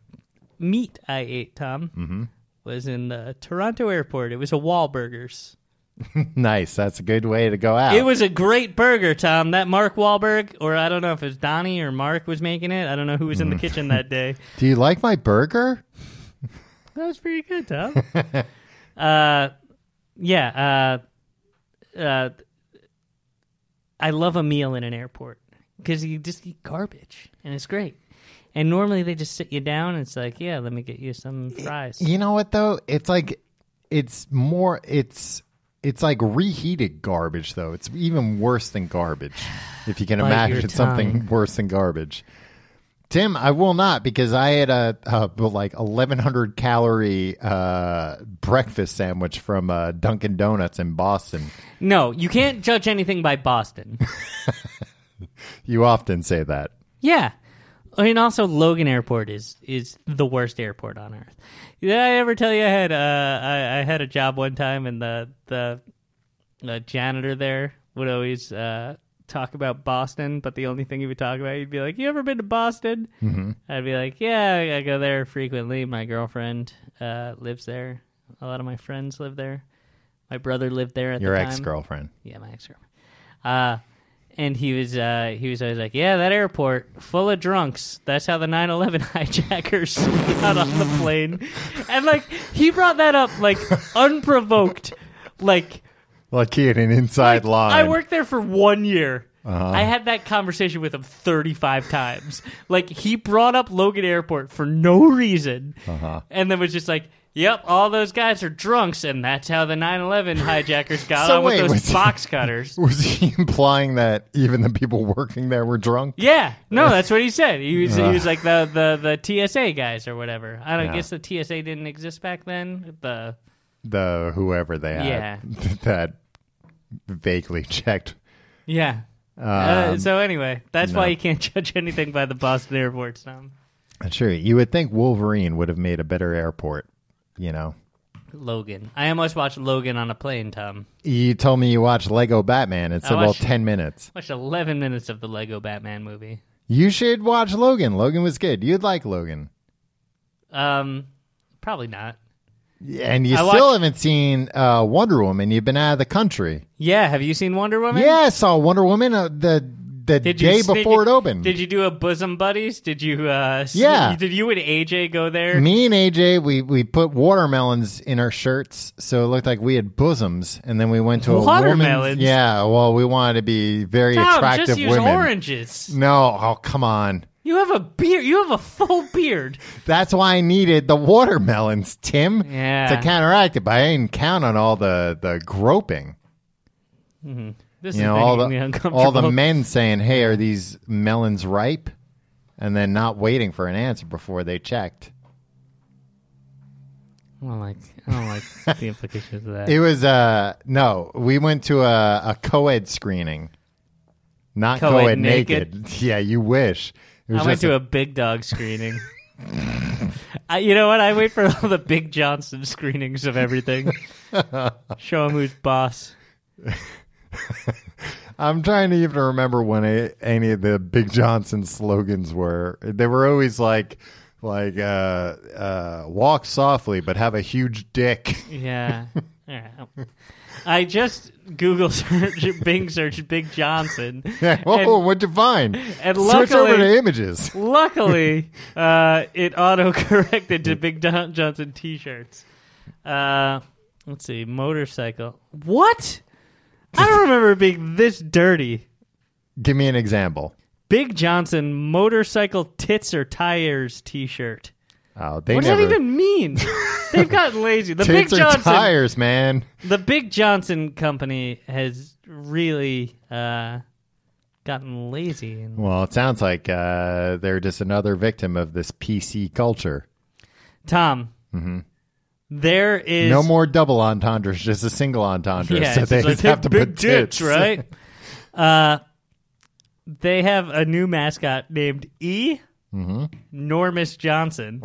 [SPEAKER 3] meat I ate, Tom, was in the Toronto airport. It was a Wahlburgers.
[SPEAKER 2] nice, that's a good way to go out.
[SPEAKER 3] It was a great burger, Tom. That Mark Wahlberg, or I don't know if it was Donnie or Mark was making it. I don't know who was in the kitchen that day.
[SPEAKER 2] Do you like my burger?
[SPEAKER 3] That was pretty good, Tom. uh, yeah. Uh, uh, I love a meal in an airport because you just eat garbage, and it's great. And normally they just sit you down, and it's like, yeah, let me get you some fries.
[SPEAKER 2] You know what though? It's like it's more it's it's like reheated garbage though. It's even worse than garbage. If you can
[SPEAKER 3] Bite your
[SPEAKER 2] imagine something
[SPEAKER 3] tongue.
[SPEAKER 2] worse than garbage. Tim, I will not because I had a, a like 1100 calorie uh, breakfast sandwich from uh, Dunkin' Donuts in Boston.
[SPEAKER 3] No, you can't judge anything by Boston.
[SPEAKER 2] You often say that.
[SPEAKER 3] yeah. I mean, also Logan Airport is is the worst airport on earth. Did I ever tell you I had uh, I, I had a job one time and the the, the janitor there would always uh, talk about Boston, but the only thing he would talk about, he'd be like, "You ever been to Boston?" Mm-hmm. I'd be like, "Yeah, I go there frequently. My girlfriend uh, lives there. A lot of my friends live there. My brother lived there at
[SPEAKER 2] Your
[SPEAKER 3] the time.
[SPEAKER 2] ex girlfriend.
[SPEAKER 3] Yeah, my ex girlfriend. Uh, and he was uh, he was always like, "Yeah, that airport full of drunks. That's how the 9/11 hijackers got on the plane." And like he brought that up like unprovoked. Like
[SPEAKER 2] Like he had an inside line.
[SPEAKER 3] I worked there for one year.
[SPEAKER 2] Uh-huh.
[SPEAKER 3] I had that conversation with him 35 times. Like he brought up Logan Airport for no reason,
[SPEAKER 2] Uh-huh.
[SPEAKER 3] and then was just like. Yep, all those guys are drunks, and that's how the 9/11 hijackers got
[SPEAKER 2] So
[SPEAKER 3] on
[SPEAKER 2] wait,
[SPEAKER 3] with
[SPEAKER 2] was-
[SPEAKER 3] those box cutters.
[SPEAKER 2] Was he implying that even the people working there were drunk?
[SPEAKER 3] Yeah, no, that's what he said. He was he was like the, the, the TSA guys or whatever. I don't
[SPEAKER 2] Yeah.
[SPEAKER 3] guess the TSA didn't exist back then. The
[SPEAKER 2] The whoever they had
[SPEAKER 3] Yeah.
[SPEAKER 2] that vaguely checked.
[SPEAKER 3] yeah. uh, so anyway, that's why you can't judge anything by the Boston airport snob.
[SPEAKER 2] I'm sure you would think Wolverine would have made a better airport, you know.
[SPEAKER 3] Logan. I almost watched Logan on a plane. Tom
[SPEAKER 2] You told me you watched Lego Batman. It's
[SPEAKER 3] I
[SPEAKER 2] about
[SPEAKER 3] watched-
[SPEAKER 2] 10 minutes.
[SPEAKER 3] watched 11 minutes of the Lego Batman movie.
[SPEAKER 2] You should watch Logan. Logan was good. You'd like Logan.
[SPEAKER 3] Um, probably not.
[SPEAKER 2] And you
[SPEAKER 3] I
[SPEAKER 2] still
[SPEAKER 3] watched-
[SPEAKER 2] haven't seen uh, Wonder Woman. You've been out of the country.
[SPEAKER 3] Yeah, have you seen Wonder Woman?
[SPEAKER 2] yeah, I saw Wonder Woman uh, the the
[SPEAKER 3] Did you
[SPEAKER 2] day
[SPEAKER 3] sneak-
[SPEAKER 2] before it opened.
[SPEAKER 3] Did you do a bosom buddies? Did you? Uh, sneak-
[SPEAKER 2] Yeah.
[SPEAKER 3] Did you and AJ go there?
[SPEAKER 2] me and AJ, we, we put watermelons in our shirts, so it looked like we had bosoms. And then we went to a
[SPEAKER 3] Watermelons?
[SPEAKER 2] Woman's, yeah, well, we wanted to be very
[SPEAKER 3] Tom,
[SPEAKER 2] attractive
[SPEAKER 3] just use
[SPEAKER 2] women.
[SPEAKER 3] oranges.
[SPEAKER 2] No, oh come on,
[SPEAKER 3] You have a beard. You have a full beard.
[SPEAKER 2] that's why I needed the watermelons, Tim,
[SPEAKER 3] Yeah.
[SPEAKER 2] to counteract it. But I didn't count on all the the groping.
[SPEAKER 3] This
[SPEAKER 2] You
[SPEAKER 3] is
[SPEAKER 2] know,
[SPEAKER 3] making
[SPEAKER 2] all
[SPEAKER 3] me
[SPEAKER 2] the
[SPEAKER 3] uncomfortable.
[SPEAKER 2] all the men saying, "Hey, are these melons ripe?" And then not waiting for an answer before they checked.
[SPEAKER 3] I don't like. I don't like the implications of that.
[SPEAKER 2] It was uh no, we went to a, a co-ed screening. Not
[SPEAKER 3] Co-ed
[SPEAKER 2] co-ed, naked. Yeah, you wish. It was
[SPEAKER 3] I went
[SPEAKER 2] just
[SPEAKER 3] to a big dog screening. I, you know what? I wait for all the Big Johnson screenings of everything. Show him who's boss.
[SPEAKER 2] I'm trying to even remember when a, any of the Big Johnson slogans were. They were always like like uh uh walk softly but have a huge dick.
[SPEAKER 3] Yeah. Alright. I just Google search, Bing search Big Johnson.
[SPEAKER 2] oh, what'd you find?
[SPEAKER 3] and
[SPEAKER 2] Switch over
[SPEAKER 3] luckily-
[SPEAKER 2] to images.
[SPEAKER 3] Luckily, uh, it auto corrected to Big Don Johnson t shirts. Uh, let's see, motorcycle. What? I don't remember it being this dirty.
[SPEAKER 2] Give me an example.
[SPEAKER 3] Big Johnson motorcycle tits or tires t shirt.
[SPEAKER 2] Oh, they
[SPEAKER 3] What does
[SPEAKER 2] never
[SPEAKER 3] that even mean? They've gotten lazy. The
[SPEAKER 2] tits
[SPEAKER 3] Big
[SPEAKER 2] are
[SPEAKER 3] Johnson
[SPEAKER 2] tires, man.
[SPEAKER 3] the Big Johnson company has really uh, gotten lazy and
[SPEAKER 2] Well, it sounds like uh, they're just another victim of this PC culture.
[SPEAKER 3] Tom. there is
[SPEAKER 2] Mm-hmm. no more double entendres, just a single entendre.
[SPEAKER 3] Yeah,
[SPEAKER 2] so
[SPEAKER 3] it's
[SPEAKER 2] they
[SPEAKER 3] like
[SPEAKER 2] just have to
[SPEAKER 3] big
[SPEAKER 2] put
[SPEAKER 3] tits,
[SPEAKER 2] tits,
[SPEAKER 3] right? uh, they have a new mascot named E.
[SPEAKER 2] Mm-hmm.
[SPEAKER 3] Normus Johnson.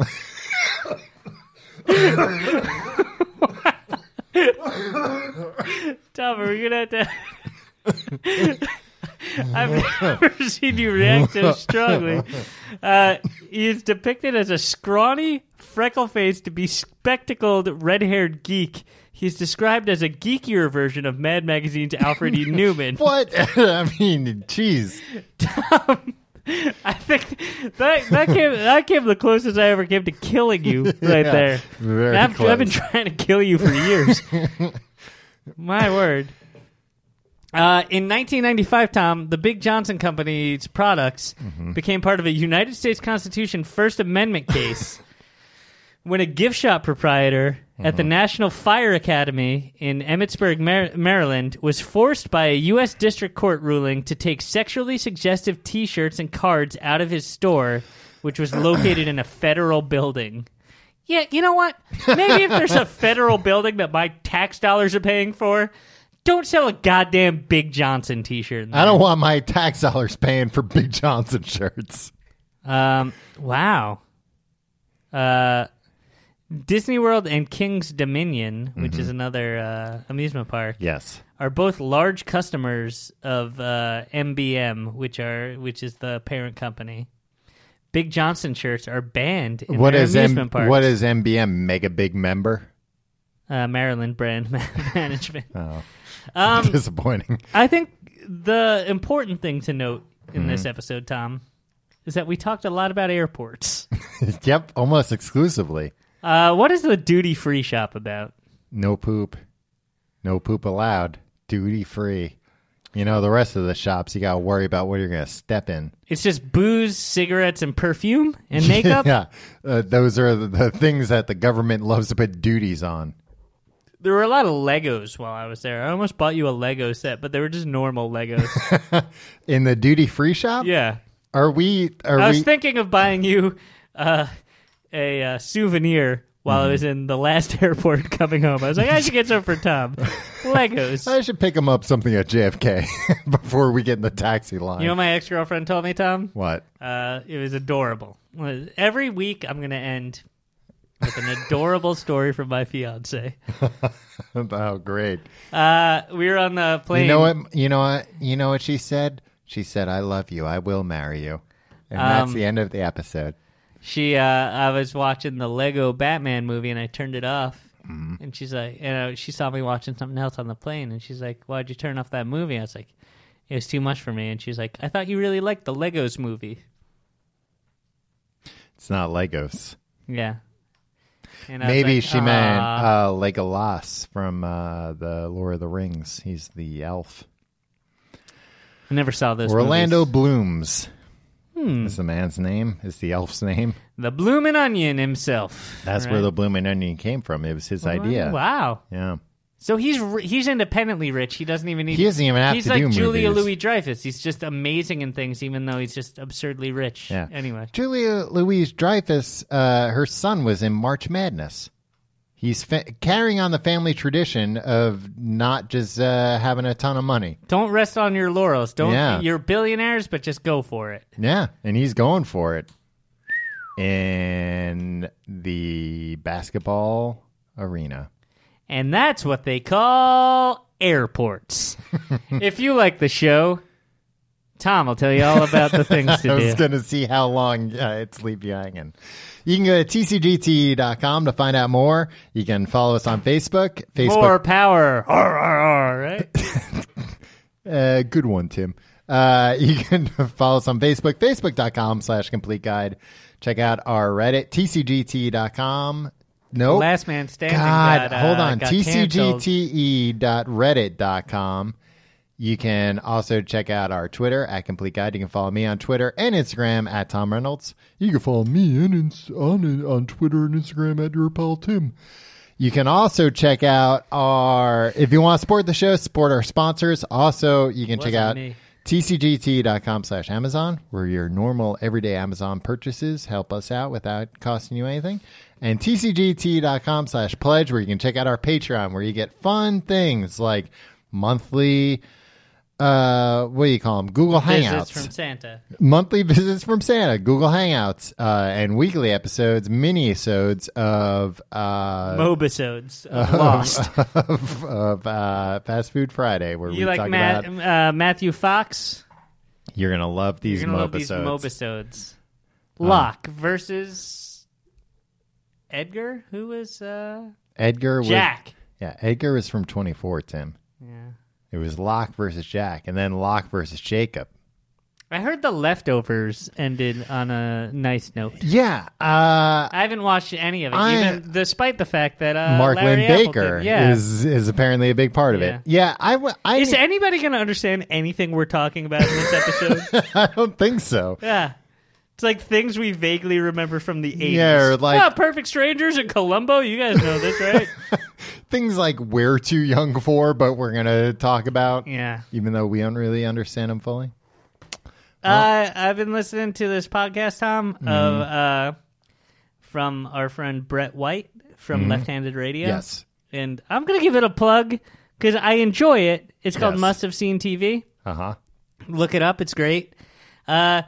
[SPEAKER 3] Tom, are we gonna have to? I've never seen you react so strongly. Uh, he is depicted as a scrawny, freckle faced, bespectacled, red haired geek. He's described as a geekier version of Mad Magazine's Alfred E. Newman.
[SPEAKER 2] What? I mean, jeez.
[SPEAKER 3] I think that that came that came the closest I ever came to killing you right
[SPEAKER 2] Yeah,
[SPEAKER 3] there.
[SPEAKER 2] very
[SPEAKER 3] I've, I've been
[SPEAKER 2] close.
[SPEAKER 3] trying to kill you for years. My word. Uh, in 1995, Tom, the Big Johnson Company's products
[SPEAKER 2] Mm-hmm.
[SPEAKER 3] became part of a United States Constitution First Amendment case when a gift shop proprietor at the National Fire Academy in Emmitsburg, Mar- Maryland, was forced by a U.S. District Court ruling to take sexually suggestive t shirts and cards out of his store, which was located in a federal building. Yeah, you know what? Maybe if there's a federal building that my tax dollars are paying for, don't sell a goddamn Big Johnson t shirt.
[SPEAKER 2] I don't want my tax dollars paying for Big Johnson shirts.
[SPEAKER 3] Um, wow. Uh, Disney World and King's Dominion, which is
[SPEAKER 2] Mm-hmm.
[SPEAKER 3] another uh, amusement park,
[SPEAKER 2] Yes.
[SPEAKER 3] are both large customers of uh, MBM, which are which is the parent company. Big Johnson shirts are banned in
[SPEAKER 2] What
[SPEAKER 3] their
[SPEAKER 2] is M-
[SPEAKER 3] amusement parks.
[SPEAKER 2] what is MBM? Mega big member.
[SPEAKER 3] uh, Maryland brand management?
[SPEAKER 2] Oh.
[SPEAKER 3] Um,
[SPEAKER 2] Disappointing.
[SPEAKER 3] I think the important thing to note in
[SPEAKER 2] Mm-hmm.
[SPEAKER 3] this episode, Tom, is that we talked a lot about airports.
[SPEAKER 2] yep, almost exclusively.
[SPEAKER 3] Uh, what is the duty free shop about?
[SPEAKER 2] No poop. No poop allowed. Duty free. You know, the rest of the shops, you got to worry about what you're going to step in.
[SPEAKER 3] It's just booze, cigarettes, and perfume and makeup.
[SPEAKER 2] yeah. Uh, those are the, the things that the government loves to put duties on.
[SPEAKER 3] There were a lot of Legos while I was there. I almost bought you a Lego set, but they were just normal Legos.
[SPEAKER 2] In the duty free shop?
[SPEAKER 3] yeah.
[SPEAKER 2] Are we. Are
[SPEAKER 3] I
[SPEAKER 2] we.
[SPEAKER 3] was thinking of buying you uh, a uh, souvenir while I was
[SPEAKER 2] Mm-hmm.
[SPEAKER 3] in the last airport coming home. I was like, I should get some for Tom. Legos.
[SPEAKER 2] I should pick him up something at JFK before we get in the taxi line.
[SPEAKER 3] You know what my ex girlfriend told me, Tom?
[SPEAKER 2] what?
[SPEAKER 3] Uh, it was adorable. Every week I'm going to end with an adorable story from my fiance.
[SPEAKER 2] oh, great.
[SPEAKER 3] Uh, we were on the plane.
[SPEAKER 2] You know what? You know what? You know what she said? She said, "I love you. I will marry you." And that's
[SPEAKER 3] Um,
[SPEAKER 2] the end of the episode.
[SPEAKER 3] She, uh, I was watching the Lego Batman movie and I turned it off.
[SPEAKER 2] Mm-hmm.
[SPEAKER 3] And she's like, you know, she saw me watching something else on the plane and she's like, why'd you turn off that movie? I was like, it was too much for me. And she's like, I thought you really liked the Legos movie.
[SPEAKER 2] It's not Legos.
[SPEAKER 3] Yeah. And I was
[SPEAKER 2] Maybe
[SPEAKER 3] like, "Ah,
[SPEAKER 2] she meant
[SPEAKER 3] "Aw."
[SPEAKER 2] uh, Legolas from uh, the Lord of the Rings. He's the elf.
[SPEAKER 3] I never saw those.
[SPEAKER 2] Orlando
[SPEAKER 3] movies. Hmm.
[SPEAKER 2] Blooms is the man's name. Is the elf's name.
[SPEAKER 3] the Bloomin' Onion himself.
[SPEAKER 2] That's where
[SPEAKER 3] right?
[SPEAKER 2] the blooming onion came from. It was his idea.
[SPEAKER 3] Wow.
[SPEAKER 2] Yeah.
[SPEAKER 3] So he's ri- he's independently rich. He doesn't even need.
[SPEAKER 2] He doesn't even have
[SPEAKER 3] he's
[SPEAKER 2] to
[SPEAKER 3] like
[SPEAKER 2] do
[SPEAKER 3] Julia
[SPEAKER 2] movies.
[SPEAKER 3] Louis Dreyfus. He's just amazing in things, even though he's just absurdly rich.
[SPEAKER 2] Yeah.
[SPEAKER 3] Anyway,
[SPEAKER 2] Julia Louise Dreyfus, uh, her son was in March Madness. He's fa- carrying on the family tradition of not just uh, having a ton of money.
[SPEAKER 3] don't rest on your laurels. Don't
[SPEAKER 2] Yeah.
[SPEAKER 3] you're billionaires, but just go for it.
[SPEAKER 2] Yeah, and he's going for it in the basketball arena.
[SPEAKER 3] And that's what they call airports. if you like the show, Tom will tell you all about the things to
[SPEAKER 2] I was
[SPEAKER 3] do.
[SPEAKER 2] going to see how long uh, it's leave you hanging. You can go to tcgt.com to find out more. You can follow us on Facebook. Facebook.
[SPEAKER 3] More power. Arr, arr, arr, right?
[SPEAKER 2] Uh, good one, Tim. Uh, you can follow us on Facebook, facebook.com slash complete guide. Check out our Reddit, tcgt.com. Nope.
[SPEAKER 3] Last man standing.
[SPEAKER 2] Oh, God,
[SPEAKER 3] got, uh,
[SPEAKER 2] hold on.
[SPEAKER 3] got canceled.
[SPEAKER 2] E tcgte.reddit.com. You can also check out our Twitter at Complete Guide. You can follow me on Twitter and Instagram at Tom Reynolds. You can follow me and ins- on on Twitter and Instagram at your pal Tim. You can also check out our if you want to support the show, support our sponsors. Also, you can check
[SPEAKER 3] Wasn't
[SPEAKER 2] out
[SPEAKER 3] me.
[SPEAKER 2] tcgt.com slash Amazon, where your normal everyday Amazon purchases help us out without costing you anything. And tcgt.com slash pledge, where you can check out our Patreon, where you get fun things like monthly uh what do you call them google
[SPEAKER 3] Visits
[SPEAKER 2] hangouts
[SPEAKER 3] from Santa.
[SPEAKER 2] monthly visits from Santa, Google Hangouts, uh, and weekly episodes, mini-sodes of uh,
[SPEAKER 3] Mobisodes. of Lost.
[SPEAKER 2] of, of uh, Fast Food Friday, where we
[SPEAKER 3] You like
[SPEAKER 2] talk
[SPEAKER 3] Matt,
[SPEAKER 2] about.
[SPEAKER 3] uh, Matthew Fox?
[SPEAKER 2] You're gonna love these
[SPEAKER 3] You're gonna love these
[SPEAKER 2] mobisodes.
[SPEAKER 3] mobisodes. Locke versus Edgar, who was uh,
[SPEAKER 2] Edgar was
[SPEAKER 3] Jack.
[SPEAKER 2] yeah. Edgar was from 24. Tim.
[SPEAKER 3] Yeah,
[SPEAKER 2] It was Locke versus Jack, and then Locke versus Jacob.
[SPEAKER 3] I heard the leftovers ended on a nice note.
[SPEAKER 2] Yeah, uh,
[SPEAKER 3] I haven't watched any of it,
[SPEAKER 2] I-
[SPEAKER 3] even despite the fact that uh,
[SPEAKER 2] Mark Lynn
[SPEAKER 3] Larry
[SPEAKER 2] Baker
[SPEAKER 3] Appleton- yeah.
[SPEAKER 2] is is apparently a big part of
[SPEAKER 3] Yeah.
[SPEAKER 2] it. Yeah, I w- I,
[SPEAKER 3] Is anybody going to understand anything we're talking about in this episode?
[SPEAKER 2] I don't think so.
[SPEAKER 3] yeah. It's like things we vaguely remember from the 80s.
[SPEAKER 2] Yeah, or like-
[SPEAKER 3] Ah, Perfect Strangers and Columbo. You guys know this, right?
[SPEAKER 2] things like we're too young for, but we're gonna talk about,
[SPEAKER 3] yeah.
[SPEAKER 2] even though we don't really understand them fully.
[SPEAKER 3] Uh, I've been listening to this podcast, Tom, of
[SPEAKER 2] Mm-hmm.
[SPEAKER 3] uh, from our friend Brett White from Left Handed Radio.
[SPEAKER 2] Mm-hmm. Yes.
[SPEAKER 3] and I'm gonna give it a plug because I enjoy it. It's called
[SPEAKER 2] Yes. Uh-huh.
[SPEAKER 3] Must Have Seen TV.
[SPEAKER 2] Uh huh.
[SPEAKER 3] Look it up; it's great. Uh,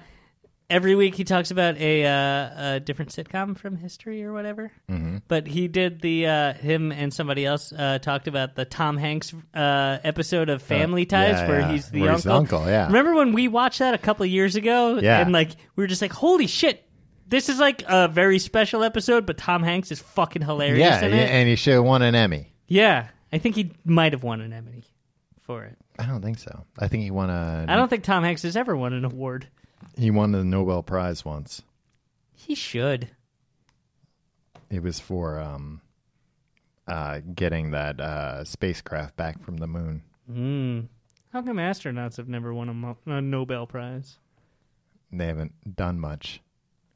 [SPEAKER 3] every week he talks about a, uh, a different sitcom from history or whatever.
[SPEAKER 2] Mm-hmm.
[SPEAKER 3] But he did the uh, him and somebody else uh, talked about the Tom Hanks uh, episode of Family Ties
[SPEAKER 2] yeah,
[SPEAKER 3] where
[SPEAKER 2] yeah.
[SPEAKER 3] he's the
[SPEAKER 2] Where he's the
[SPEAKER 3] uncle.
[SPEAKER 2] uncle, yeah.
[SPEAKER 3] Remember when we watched that a couple of years ago?
[SPEAKER 2] Yeah.
[SPEAKER 3] and like we were just like, holy shit. This is like a very special episode, but Tom Hanks is fucking hilarious
[SPEAKER 2] Yeah,
[SPEAKER 3] in
[SPEAKER 2] yeah,
[SPEAKER 3] it.
[SPEAKER 2] and he should have won an Emmy.
[SPEAKER 3] yeah, I think he might have won an Emmy for it.
[SPEAKER 2] I don't think so. I think he won a
[SPEAKER 3] I don't think Tom Hanks has ever won an award.
[SPEAKER 2] he won the Nobel Prize once.
[SPEAKER 3] He should.
[SPEAKER 2] It was for um, uh, getting that uh, spacecraft back from the moon.
[SPEAKER 3] How come astronauts have never won a, Mo- a Nobel Prize?
[SPEAKER 2] They haven't done much.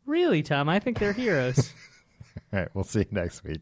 [SPEAKER 3] Really, Tom? I think they're heroes.
[SPEAKER 2] All right, we'll see you next week.